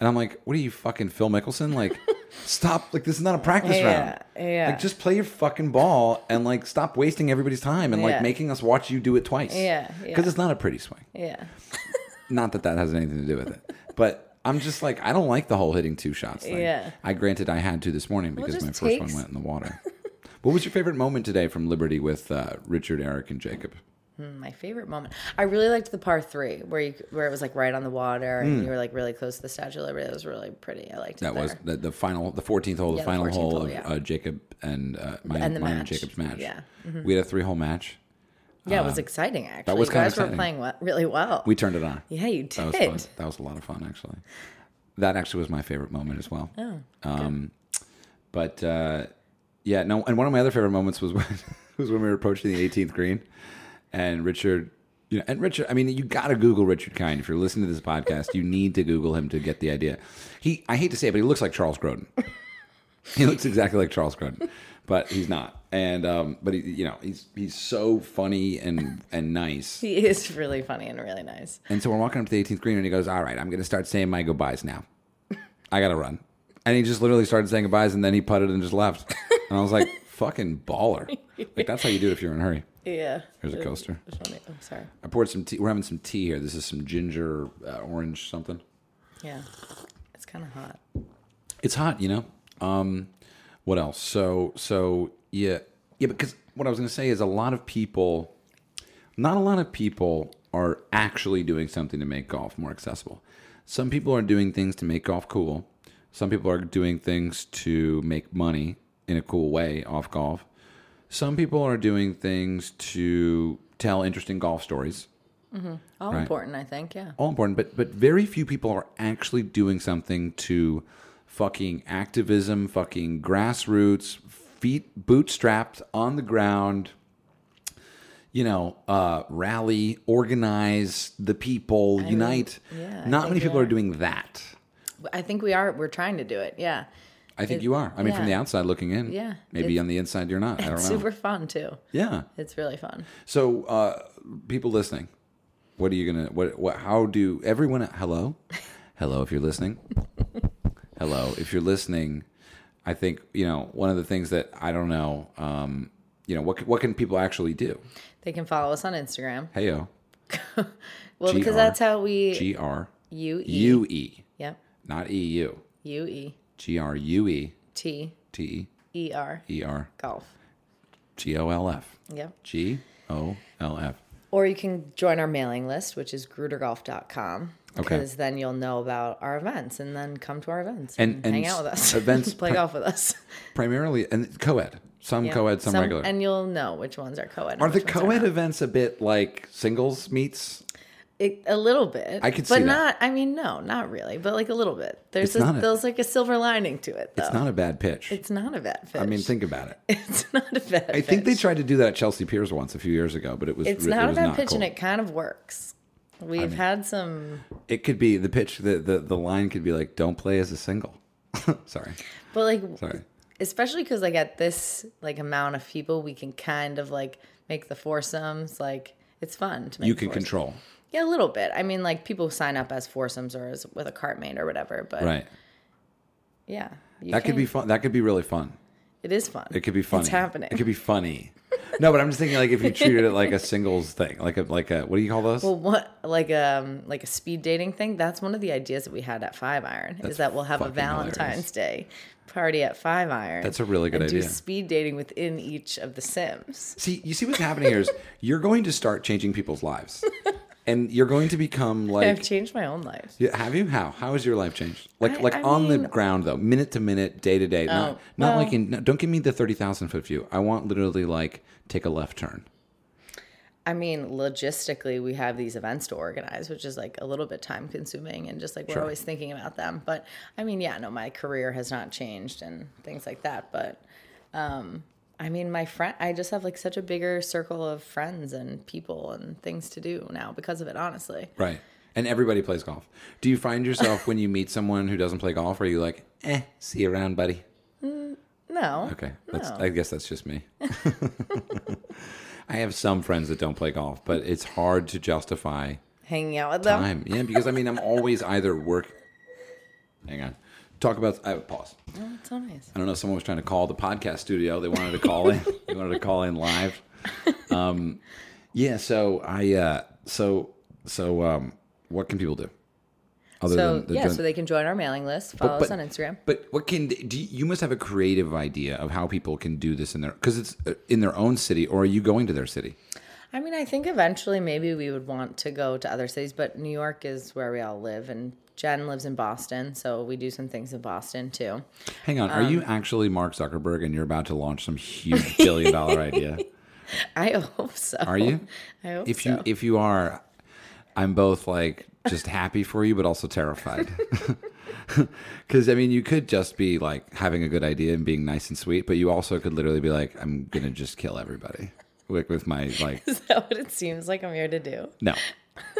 and i'm like what are you fucking phil mickelson like stop like this is not a practice round
Yeah, yeah.
like just play your fucking ball and like stop wasting everybody's time and like
Yeah.
making us watch you do it twice
Yeah,
because
yeah.
it's not a pretty swing.
Yeah.
Not that that has anything to do with it, but I'm just like I don't like the whole hitting two shots thing.
Yeah.
I granted I had to this morning because
just
my first one
takes-
went in the water. what was your favorite moment today from Liberty with uh, Richard, Eric, and Jacob?
My favorite moment. I really liked the par three where you where it was like right on the water and you were like really close to the Statue of Liberty. That was really pretty. I liked it.
Hmm. That was
there.
the, the final, the 14th hole, the
Yeah, the
final
14th
hole,
hole,
of
yeah.
uh, Jacob and uh, my,
And the
mine
match.
Jacob's match.
Yeah. Mm-hmm.
we had a three hole match.
yeah, it was exciting actually.
uh, was
you
kinda
guys were
exciting.
playing we- really well.
We turned it on.
yeah, you
That was fun.
did.
That was a lot of fun, actually. That actually was my favorite moment as well. Oh. Um, but uh, yeah, no. And one of my other favorite moments was when was when we were approaching the 18th green, and Richard, you know, and Richard. I mean, you got to Google Richard Kind if you're listening to this podcast. you need to Google him to get the idea. He, I hate to say it, but he looks like Charles Grodin. he looks exactly like Charles Grodin, but he's not. And um, but he, you know, he's he's so funny and and nice.
He is really funny and really nice.
And so we're walking up to the 18th green, and he goes, "All right, I'm going to start saying my goodbyes now. I got to run." And he just literally started saying goodbyes, and then he putted and just left. And I was like, "Fucking baller! Like that's how you do it if you're in a hurry."
Yeah.
Here's a
It-
coaster.
it's funny. I'm sorry.
I poured some tea. We're having some tea here. This is some ginger uh, orange something.
Yeah. It's kind of hot.
It's hot, you know. Um, what else? So so yeah yeah because what I was going to say is a lot of people, not a lot of people are actually doing something to make golf more accessible. Some people are doing things to make golf cool. Some people are doing things to make money in a cool way off golf. Some people are doing things to tell interesting golf stories
All
Right.
important, I think. Yeah.
all important, but but very few people are actually doing something to fucking activism, fucking grassroots, feet bootstrapped on the ground. You know, uh, rally, organize the people, unite.
yeah, I
Not
think
many
we
people are
are.
doing that.
I think we are. We're trying to do it. Yeah.
I think
It-
you are. I mean, from the
yeah.
outside looking in.
Yeah,
Maybe
it's-
on the inside you're not. I don't know.
It's super fun too.
yeah.
It's really fun.
So, uh, people listening, what are you gonna? What? What? How do everyone? Hello, hello. If you're listening, hello. If you're listening, I think you know one of the things that I don't know. Um, you know what? c- What can people actually do?
They can follow us on Instagram.
Heyo,
Well,
GR.
because that's how we
G R
U E.
U E,
Yep.
not E U.
U E
G R U E
T
T
E R
E R
golf.
G O L F
Yep.
G O L F.
Or you can join our mailing list, which is grudergolf.com.
Okay.
Because then you'll know about our events and then come to our events
And-
and,
and
hang out with us.
events
play
pri-
golf with us.
Primarily, and co-ed. Some
Yeah.
co-ed, some, regular.
And you'll know which ones are co ed.
are the co-ed events a bit like singles meets?
It, a little bit.
I could
But
see that.
not, I mean, no, not really, but like a little bit. There's,
It's
a,
not a-
there's like a silver lining to it, though.
It's not a bad pitch.
It's not a bad fish.
I mean, think about it.
it's not a bad
I think they tried to do that at Chelsea Piers once a few years ago, but it was
It's
re- it
not a
was
bad pitch,
cool.
and it kind of works. We've had some,
It could be the pitch. The, the the line could be like, "Don't play as a single." Sorry,
but like,
sorry.
especially because like at this like amount of people, we can kind of like make the foursomes. Like it's fun to make.
You can
foursomes.
control,
yeah, a little bit. I mean, like people sign up as foursomes or as with a cart mate or whatever. But
right?
yeah, you
That could be
can.
fun. That could be really fun.
It is fun.
It could be funny.
It's happening.
It could be funny. no, but I'm just thinking like if you treated it like a singles thing, like a like a what do you call those?
Well, what like um like a speed dating thing? That's one of the ideas that we had at Five Iron is that we'll have a
fucking
Valentine's Day party at Five Iron.
That's a really good
and
idea.
Do speed dating within each of the Sims.
See, you see what's happening here is you're going to start changing people's lives. and you're going to become
I've
like.
changed my own life.
Yeah, have you? How? How has your life changed? Like,
I-
like
I
on the
mean-
ground though, minute to minute, day to day. Not,
Oh,
not
well-
like in. No, don't give me the thirty thousand foot view. I want literally like take a left turn.
I mean, logistically, we have these events to organize, which is like a little bit time consuming and just like we're always thinking about them. But I mean, yeah, no, my career has not changed and things like that. But um, I mean, my friend, I just have like such a bigger circle of friends and people and things to do now because of it, honestly.
Right. And everybody plays golf. Do you find yourself when you meet someone who doesn't play golf, are you like, eh, see you around, buddy?
No.
Okay.
Oh.
That's I guess that's just me. I have some friends that don't play golf, but it's hard to justify
Hanging out with them.
time. Yeah, because I mean I'm always either work hang on. Talk about I pause.
Oh, it's so nice.
I don't know. Someone was trying to call the podcast studio. They wanted to call in. they wanted to call in live. Um, yeah. So I. Uh, so so. Um, what can people do? Other
So,
the
yeah,
gen-
so they can join our mailing list, follow us on Instagram.
But what can do you, you must have a creative idea of how people can do this in their because it's uh, in their own city, or are you going to their city?
I mean, I think eventually maybe we would want to go to other cities, but New York is where we all live, and Jen lives in Boston, so we do some things in Boston too.
Hang on,
Um,
are you actually Mark Zuckerberg and you're about to launch some huge billion dollar idea?
I hope so.
Are you?
I hope
if
so.
you if you are i'm both like just happy for you but also terrified because i mean you could just be like having a good idea and being nice and sweet but you also could literally be like i'm gonna just kill everybody like with my like
Is that what it seems like I'm here to do?
no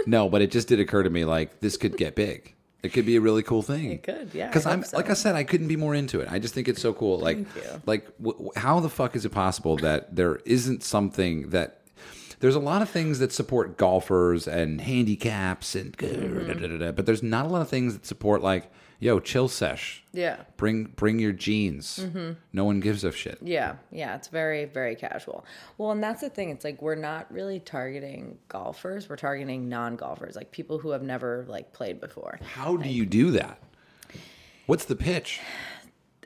no but it just did occur to me like this could get big it could be a really cool thing it
could, yeah, I
because
hope
i'm
so.
like i said i couldn't be more into it i just think it's so cool like
you.
like w- w- how the fuck is it possible that there isn't something that there's a lot of things that support golfers and handicaps and
Mm-hmm.
da, da, da, da, but there's not a lot of things that support like yo chill sesh
Yeah.
bring bring your jeans no one gives a shit
Mm-hmm. Yeah, yeah, it's very, very casual. Well, and that's the thing. It's like we're not really targeting golfers. We're targeting non-golfers, like people who have never like played before.
how do you do that what's the pitch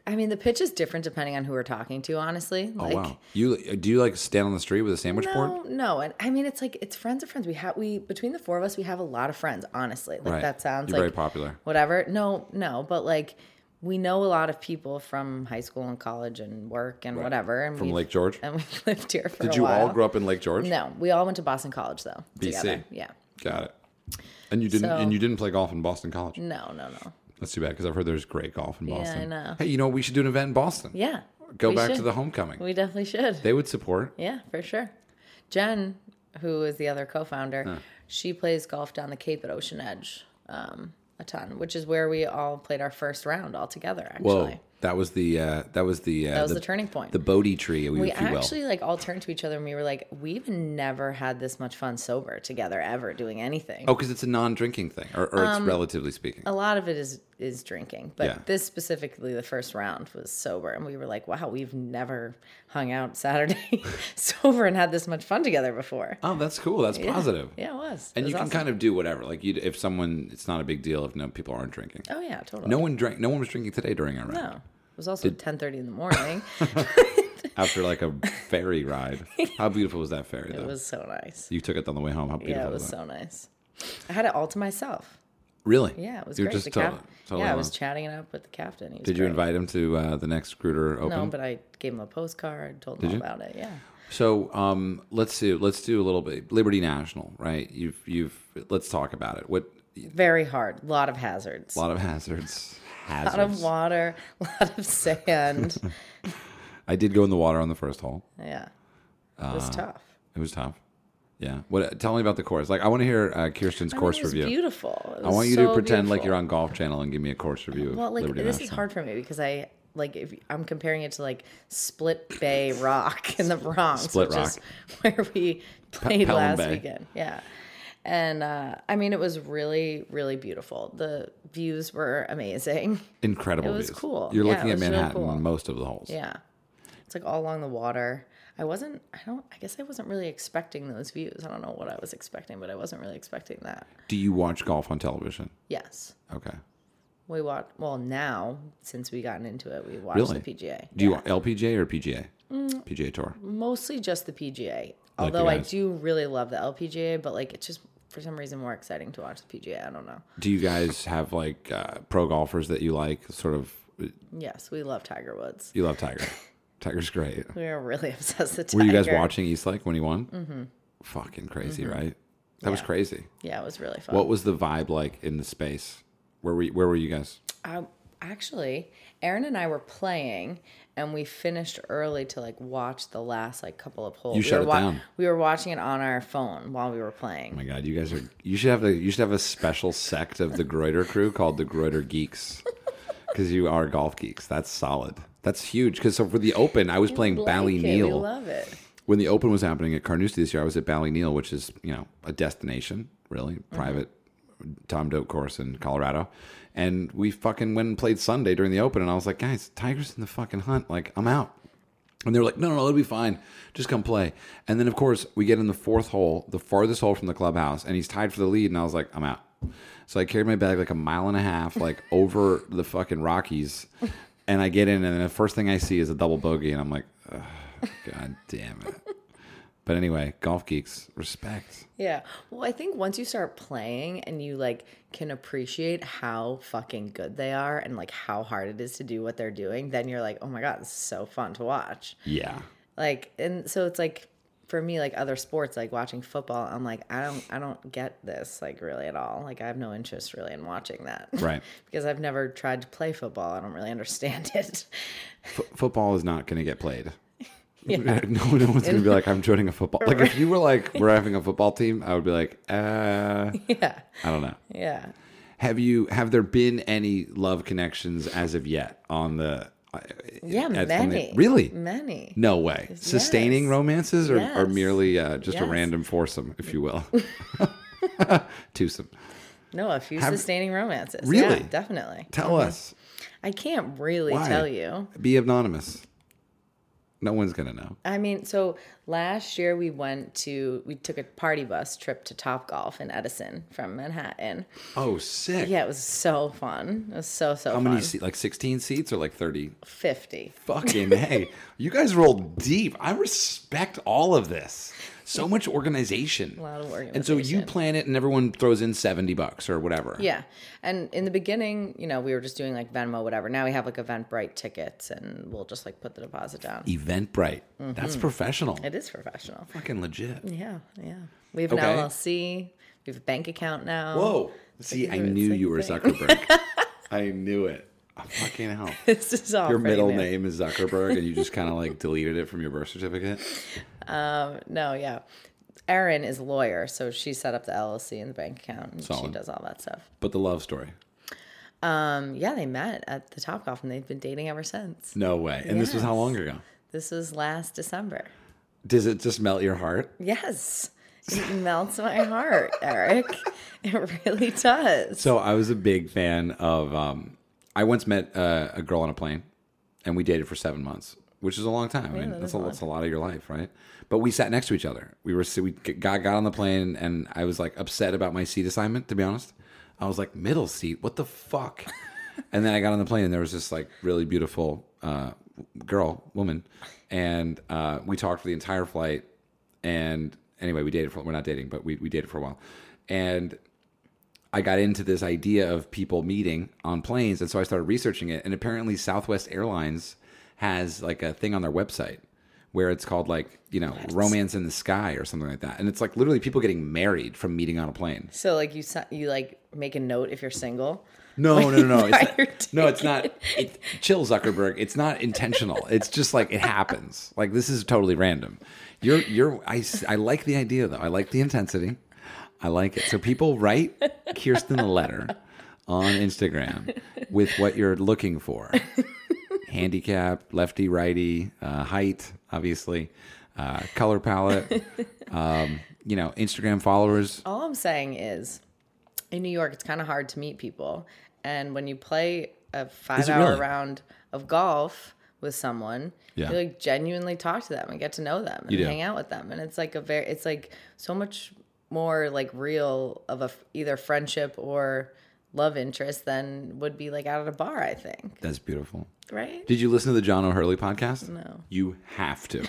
I mean, the pitch is different depending on who we're talking to. Honestly,
oh
like,
wow you do you like stand on the street with a sandwich board
No, no, and I mean it's like it's friends of friends. We have we between the four of us, we have a lot of friends. Honestly, like
Right.
that sounds
You're
like
very popular.
Whatever. No, no, but like we know a lot of people from high school and college and work and whatever. And
From
we've-
Lake George?
and we've lived here for.
Did
a
you all
while.
grow up in Lake George?
No, we all went to Boston College though.
BC.
Together. Yeah.
Got it. And you didn't
So-
and you didn't play golf in Boston College.
No, no, no.
That's too bad because I've heard there's great golf in
Yeah, I
Boston.
know.
Hey, you know what? we should do an event in Boston.
Yeah.
Go
we
back to
should.
the homecoming.
We definitely should.
they would support.
Yeah, for sure. Jen, who is the other co-founder, she plays golf down the Cape at Ocean Edge um, a ton, which is where we all played our first round all together.
Whoa. Oh,
Actually,
That was the uh, that was the uh,
that was the, turning point.
the Bodhi tree,
we
if you will.
actually like all turned to each other and we were like, we've never had this much fun sober together ever doing anything.
Oh, because it's a non-drinking thing, or, or
Um,
it's relatively speaking.
A lot of it is is drinking, but
Yeah.
this specifically, the first round was sober, and we were like, wow, we've never hung out Saturday sober and had this much fun together before.
Oh, that's cool. That's positive.
Yeah, it was.
And
it was
you can
awesome.
kind of do whatever. Like you, if someone, it's not a big deal if no people aren't drinking.
Oh yeah, totally.
No one drank. No one was drinking today during our round.
No. It was also ten thirty in the morning.
After like a ferry ride, how beautiful was that ferry?
it
though?
was so nice.
You took it on the way home. How beautiful
Yeah, it
was
was
that?
so nice. I had it all to myself.
Really?
Yeah, it was
You were
great.
just
the
totally,
cap-
totally
yeah, I was
alone.
chatting it up with the captain. He was
Did you
great.
invite him to uh, the next Gruder Open?
No, but I gave him a postcard, told him all about it. Yeah.
So um, let's do let's do a little bit Liberty National, right? You've you've let's talk about it. What a
Very hard. lot of hazards.
lot of hazards.
lot of
Hazards.
water, a lot of sand.
I did go in the water on the first hole.
yeah. It was tough.
It was tough. Yeah. What? Tell me about the course. Like I want to hear uh, Kirsten's
I mean,
course
it was
review.
beautiful. It
I
was
want you to
so
pretend like
beautiful.
you're on Golf Channel and give me a course review. of
Well, like
Liberty
this
National.
is hard for me because I like if I'm comparing it to like Split Bay Rock in the Bronx,
Split
which is
Rock.
where we played
Pelham
last
Bay.
weekend. Yeah. And uh, I mean, it was really, really beautiful. The views were amazing.
Incredible.
It was
views.
cool.
You're
Yeah,
looking
it
at
was really
Manhattan
cool.
on most of the holes.
Yeah, it's like all along the water. I wasn't. I don't. I guess I wasn't really expecting those views. I don't know what I was expecting, but I wasn't really expecting that.
Do you watch golf on television?
Yes,
Okay.
we watch. Well, now since we gotten into it, we watched
Really?
the PGA.
Do you want LPGA or PGA?
Mm.
PGA Tour.
mostly just the PGA. Although I
guys.
do really love the LPGA, but like it's just for some reason more exciting to watch the PGA. I don't know.
Do you guys have like uh, pro golfers that you like? Sort of,
Yes, we love Tiger Woods.
you love Tiger. Tiger's great.
We are really obsessed with
Were
Tiger.
you guys watching East Lake when he won? Mm-hmm. Fucking crazy, right? That was crazy.
Mm-hmm. Yeah, it was really fun.
What was the vibe like in the space? Where were you, where were you guys?
I, actually, Aaron and I were playing, and we finished early to like watch the last like couple of holes.
You
we
shut
were
it down.
We were watching it on our phone while we were playing.
Oh my god, you guys are you should have a you should have a special sect of the Greuter crew called the Greuter Geeks. Cuz you are golf geeks. That's solid. That's huge cuz so for the Open, I was playing
Like it,
Ballyneal.
We love it.
when the Open was happening at Carnoustie this year, I was at Ballyneal, which is you know a destination, really private Tom Dope course in Colorado, and we fucking went and played Sunday during the Open, and I was like, guys, Tiger's in the fucking hunt, like I'm out. And they were like, no, no, no, it'll be fine. Just come play. And then, of course, we get in the fourth hole, the farthest hole from the clubhouse, and he's tied for the lead. And I was like, I'm out. So I carried my bag like a mile and a half, like over the fucking Rockies. And I get in, and the first thing I see is a double bogey. And I'm like, "Ugh, God damn it. But anyway, golf geeks, respect.
Yeah. Well, I think once you start playing and you like can appreciate how fucking good they are and like how hard it is to do what they're doing, then you're like, oh my God, this is so fun to watch.
Yeah.
Like, and so it's like, for me, like other sports, like watching football, I'm like, I don't, I don't get this, like really at all. Like, I have no interest really in watching that,
Right.
because I've never tried to play football. I don't really understand it.
F- football is not going to get played. no, no one's going to be like, I'm joining a football. Like, if you were like, we're having a football team, I would be like, uh,
yeah,
I don't know.
yeah.
Have you have there been any love connections as of yet on the?
Yeah,
at- from the-
many.
really?
Many.
No way. Sustaining
Yes.
romances or, or
Yes.
merely uh, just a
Yes.
random foursome, if you will, twosome.
No, a few
Have-
sustaining romances.
Really?
Yeah, definitely.
Tell us.
I can't really
Why?
tell you.
Be anonymous. No one's gonna know.
I mean, so last year we went to we took a party bus trip to Top Golf in Edison from Manhattan.
Oh, sick.
Yeah, it was so fun. It was so so
How
fun.
many seats? Like sixteen seats or like thirty?
Fifty.
Fucking hey, you guys roll deep. I respect all of this. So much organization.
A lot of
And so you
organization.
plan it, and everyone throws in seventy bucks or whatever.
Yeah. And in the beginning, you know, we were just doing like Venmo, whatever. Now we have like Eventbrite tickets and we'll just like put the deposit down.
Eventbrite. That's professional.
It is professional.
Fucking legit.
Mm-hmm. Yeah, yeah. We have
Okay.
an LLC. We have a bank account now.
Whoa. Oh, See, I
it's
knew
like
you were
thing.
Zuckerberg. I knew it. Oh, fucking hell.
This is all
Your
pretty
middle
new.
name is Zuckerberg, and you just kind of like deleted it from your birth certificate.
No, yeah. Erin is a lawyer, so she set up the LLC and the bank account, and she
Solid.
does all that stuff.
But the love story.
Um, yeah, they met at the Top Golf, and they've been dating ever since.
No way. And this was how long ago?
This was last December.
Does it just melt your heart?
Yes, it melts my heart, Eric. It really does.
So I was a big fan of. Um, I once met uh, a girl on a plane, and we dated for seven months, which is a long time. I mean, that's a, that's a lot of your life, right? But we sat next to each other. We were we got got on the plane, and I was like upset about my seat assignment. To be honest, I was like middle seat. What the fuck? and then I got on the plane, and there was this like really beautiful uh, girl, woman, and uh, we talked for the entire flight. And anyway, we dated for we're not dating, but we we dated for a while, and I got into this idea of people meeting on planes, and so I started researching it. And apparently, Southwest Airlines has like a thing on their website where it's called like you know romance in the sky or something like that, and it's like literally people getting married from meeting on a plane.
So, like, you si- you like make a note if you're single.
No, no, no, no. It's
Prior
not,
to
no, it's not. It, chill, Zuckerberg. It's not intentional. It's just like it happens. Like this is totally random. You're, you're. I, s- I like the idea though. I like the intensity. I like it. So people write Kirsten a letter on Instagram with what you're looking for: handicap, lefty, righty, uh, height, obviously, uh, color palette. Um, you know, Instagram followers.
All I'm saying is, in New York, it's kind of hard to meet people. And when you play a five hour
really?
round of golf with someone,
Yeah.
you like genuinely talk to them and get to know them and
You do.
hang out with them. And it's like a very, it's like so much more like real of a f- either friendship or love interest than would be like out at a bar, I think.
That's beautiful.
Right?
Did you listen to the John O'Hurley podcast? No. You have to.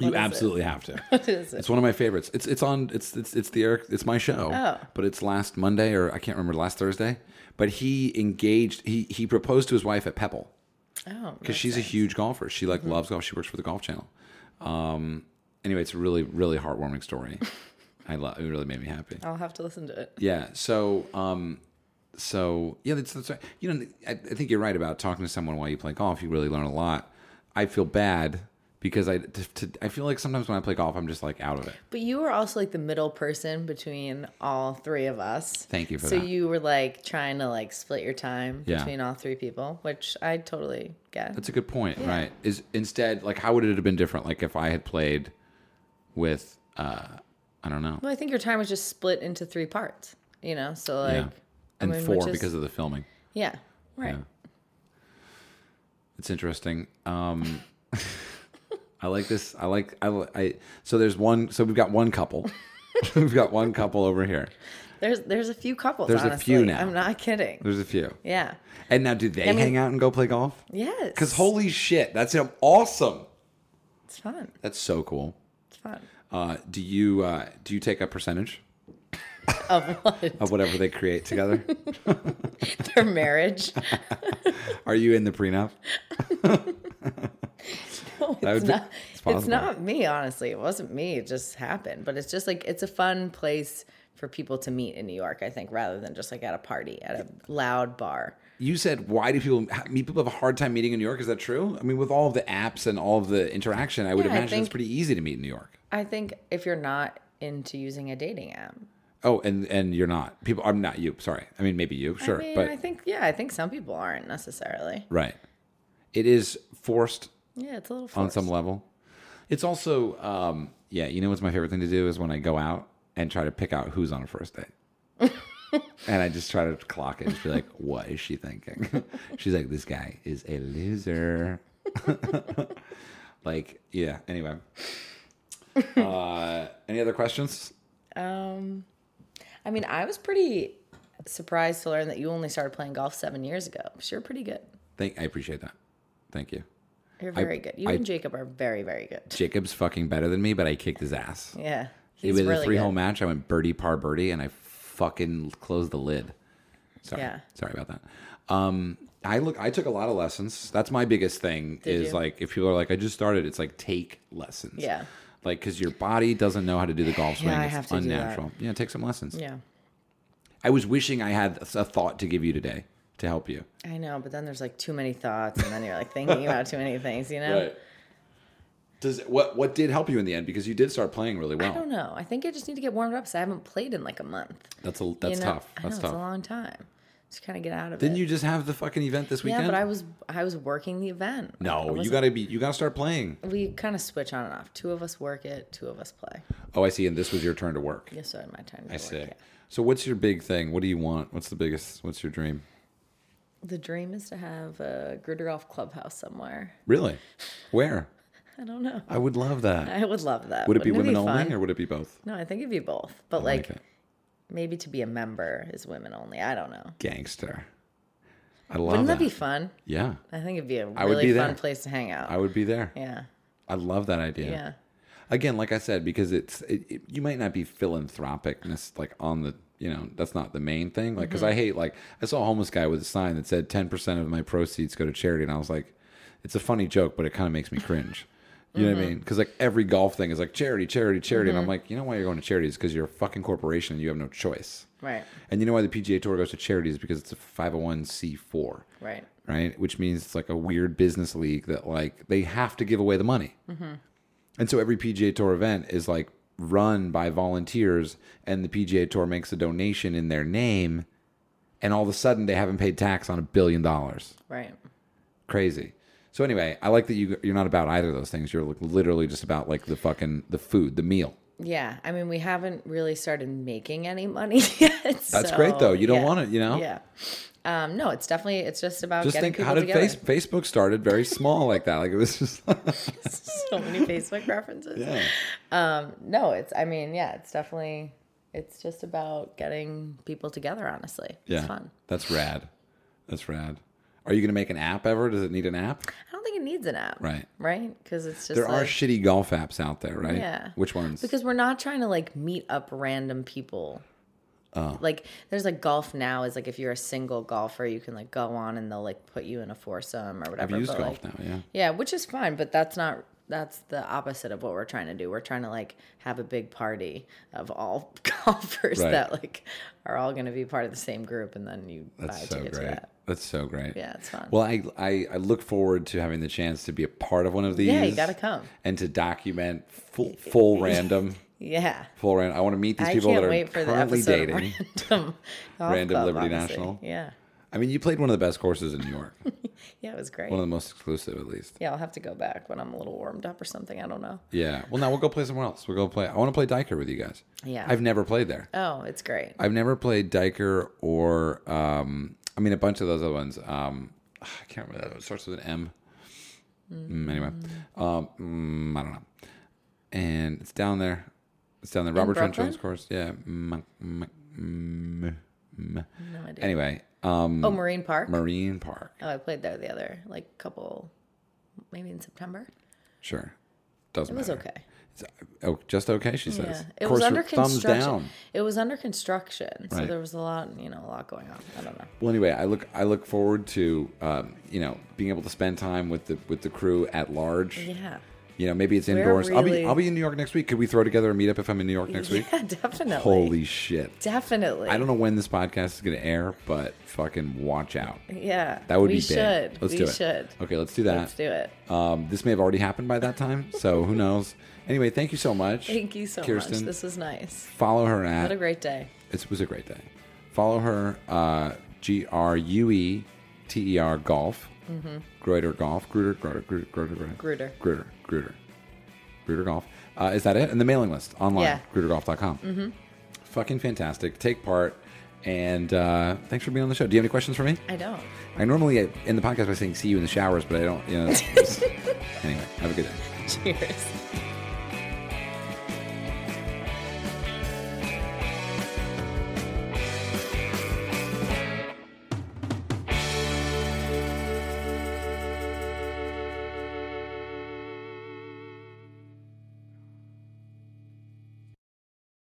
you absolutely have to. What is it? It's one of my favorites. It's it's on it's it's it's the Eric it's my show.
Oh.
But it's last Monday or I can't remember last Thursday. But he engaged he he proposed to his wife at Pebble.
Oh,
Because she's a huge golfer. She like loves golf. She works for the golf channel. Um anyway, it's a really, really heartwarming story. I love it really made me happy.
I'll have to listen to it.
Yeah. So, um, so yeah, that's, that's right. You know, I, I think you're right about talking to someone while you play golf. You really learn a lot. I feel bad because I, to, to, I feel like sometimes when I play golf, I'm just like out of it.
But you were also like the middle person between all three of us.
Thank you for
so
that.
you were like trying to like split your time
Yeah.
between all three people, which I totally get.
That's a good point, right? Is instead like how would it have been different? Like if I had played with, uh, I don't know,
well, I think your time was just split into three parts, you know? So like,
yeah,
I
and
mean,
four
which is-
because of the filming.
yeah, right.
Yeah. It's interesting. Um, I like this. I like I, li- I. So there's one. So we've got one couple. we've got one couple over here.
There's there's a few couples.
There's a
honestly.
few now.
I'm not kidding.
There's a few.
yeah.
And now, do they
mean-
hang out and go play golf?
Yes.
Because holy shit, that's him. Awesome.
it's fun.
That's so cool.
It's fun.
Uh, do you uh, do you take a percentage
Of what?
of whatever they create together?
Their marriage.
Are you in the prenup?
No,
That would
it's,
be-
not,
it's
it's,
possible.
not me, honestly. It wasn't me. It just happened. But it's just like, it's a fun place for people to meet in New York, I think, rather than just like at a party, at a loud bar.
You said why do people ha- meet people have a hard time meeting in New York? Is that true? I mean, with all of the apps and all of the interaction, I would
Yeah, I
imagine it's
think-
pretty easy to meet in New York.
I think if you're not into using a dating app,
Oh, and and you're not people. I'm not you. Sorry. I mean, maybe you. Sure,
I mean,
but
I think, yeah, I think some people aren't necessarily.
right. It is forced
Yeah, it's a little
on
forced.
some level. It's also, um, yeah, you know what's my favorite thing to do is when I go out and try to pick out who's on a first date. and I just try to clock it and just be like, what is she thinking? She's like, this guy is a loser. like, yeah, anyway. Uh, any other questions?
Um, I mean, I was pretty surprised to learn that you only started playing golf seven years ago. 'cause You're pretty good.
Thank, I appreciate that. Thank you.
You're very good. You
I-
and Jacob are very, very good.
Jacob's fucking better than me, but I kicked his ass.
Yeah.
it
He's
was
really
a three
good.
hole match. I went birdie par birdie, and I fucking closed the lid. Sorry,
Yeah.
sorry about that. Um, I look. I took a lot of lessons. That's my biggest thing. is
you?
like if people are like, I just started. It's like take lessons.
Yeah.
Like because your body doesn't know how to do the golf swing.
I
it's
have to do that.
unnatural. Yeah, take some lessons.
Yeah.
I was wishing I had a thought to give you today to help you.
I know, but then there's like too many thoughts, and then you're like thinking about too many things, you know?
Does what what did help you in the end? Because you did start playing really
I
well.
don't know. I think I just need to get warmed up because I haven't played in like a month.
That's a that's
you know?
tough.
I know,
That's
it's
tough.
a long time. Just kind of get out of
Didn't
it.
you just have the fucking event this
yeah,
weekend?
but I was I was working the event. I
No, you
wasn't-
gotta be. You gotta start playing.
We kind of switch on and off. Two of us work it. Two of us play.
Oh, I see. And this was your turn to work.
Yes, so my time. To
I
work,
see.
yeah.
So, what's your big thing? What do you want? What's the biggest? What's your dream?
The dream is to have a gritter golf clubhouse somewhere.
Really? Where?
I don't know.
I would love that.
I would love that.
Would it be
Wouldn't
women only,
fun?
or would it be both?
No, I think it'd be both. But
I
like,
it.
maybe to be a member is women only. I don't know.
gangster. I love
Wouldn't that
that.
be fun?
yeah,
I think it'd be a
would
really
be
fun
there.
place to hang out.
I would be there.
yeah.
I love that idea.
yeah,
Again, like I said, because it's it, it- you might not be philanthropic, and it's like on the you know that's not the main thing. Like, because I hate like I saw a homeless guy with a sign that said ten percent of my proceeds go to charity, and I was like, it's a funny joke, but it kind of makes me cringe. You know what I mean? Because like every golf thing is like charity, charity, charity, and I'm like, you know why you're going to charity is because you're a fucking corporation and you have no choice.
Right.
And you know why the PGA Tour goes to charity is because it's a 501c4
Right.
right? Which means it's like a weird business league that like they have to give away the money.
Mm-hmm.
And so every PGA Tour event is like run by volunteers, and the PGA Tour makes a donation in their name, and all of a sudden they haven't paid tax on a billion dollars.
Right.
Crazy. So anyway, I like that you you're not about either of those things. You're like literally just about like the fucking the food, the meal.
Yeah. I mean, we haven't really started making any money yet.
That's great though. You don't want it, you know.
Yeah. Um, no, it's definitely it's just about
Just
getting
think,
people
how did
together.
face, Facebook started very small like that? Like it was just
so many Facebook references.
yeah.
No, it's I mean, yeah, it's definitely it's just about getting people together, honestly.
Yeah.
It's fun.
That's rad. That's rad. Are you going to make an app ever? Does it need an app?
I don't think it needs an app.
Right.
Right? Because it's just
there are
like-
shitty golf apps out there, right?
Yeah.
Which ones?
because we're not trying to like meet up random people. Oh. Like there's like golf now is like if you're a single golfer you can like go on and they'll like put you in a foursome or
I've
whatever.
used
but,
golf
like-
now. Yeah.
Yeah, which is fine, but that's not that's the opposite of what we're trying to do. We're trying to like have a big party of all golfers
Right.
that like are all going to be part of the same group, and then you buy
That's so
tickets for
great.
that.
That's so great.
Yeah, it's fun.
Well, I, I I look forward to having the chance to be a part of one of these.
Yeah, you gotta come.
And to document full full random
yeah,
full random. I want to meet these
I
people that
can't
are
wait for the
currently
episode
dating.
of random, Golf
Random
Club,
Liberty
obviously.
National.
Yeah,
I mean, you played one of the best courses in New York.
yeah, it was great.
one of the most exclusive, at least.
yeah, I'll have to go back when I'm a little warmed up or something. I don't know.
Yeah. Well, now we'll go play somewhere else. We'll go play. I want to play Diker with you guys.
Yeah.
I've never played there.
Oh, it's great.
I've never played Diker or um, I mean a bunch of those other ones. Um, I can't remember. That. It starts with an M. Mm, anyway,
Mm-hmm.
um, mm, I don't know. And it's down there. It's down there. Robert
Brooklyn?
Trenchum's course. Yeah. Mm, mm, mm, mm.
No idea.
Anyway, um,
oh, Marine Park.
Marine Park.
oh, I played there the other like couple, maybe in September.
Sure. Doesn't
It was
matter.
okay.
Oh, just okay. She
Yeah,
says.
it
Course
was under
thumbs
construction.
down.
It was under construction, so
Right.
there was a lot, you know, a lot going on. I don't know.
Well, anyway, I look I look forward to um, you know being able to spend time with the with the crew at large.
Yeah,
You know, maybe it's indoors. I'll be
really-
I'll be in New York next week. Could we throw together a meetup if I'm in New York next week?
yeah, definitely,
Holy shit!
definitely.
I don't know when this podcast is going to air, but fucking watch out.
Yeah,
That would
we
be big.
should.
Let's
we
do it.
should.
Okay, let's do that.
Let's do it.
Um, this may have already happened by that time, so who knows? Anyway, thank you so much.
Thank you so
Kirsten.
much. This was nice.
Follow her at
What a great day.
It was a great day. Follow her, uh, G R U E T E R Golf, mm-hmm. Gruder Golf, Gruder, Gruder, Gruder, Gruder,
Gruder.
Gruder, Gruder, Gruder Golf. Uh, is that it? And the mailing list online,
Yeah.
grudergolf.com. Mm-hmm. Fucking fantastic. Take part. And uh, thanks for being on the show. Do you have any questions for me?
I don't.
I normally uh, end the podcast by saying "see you in the showers," but I don't. You know, it's- anyway, have a good day.
Cheers.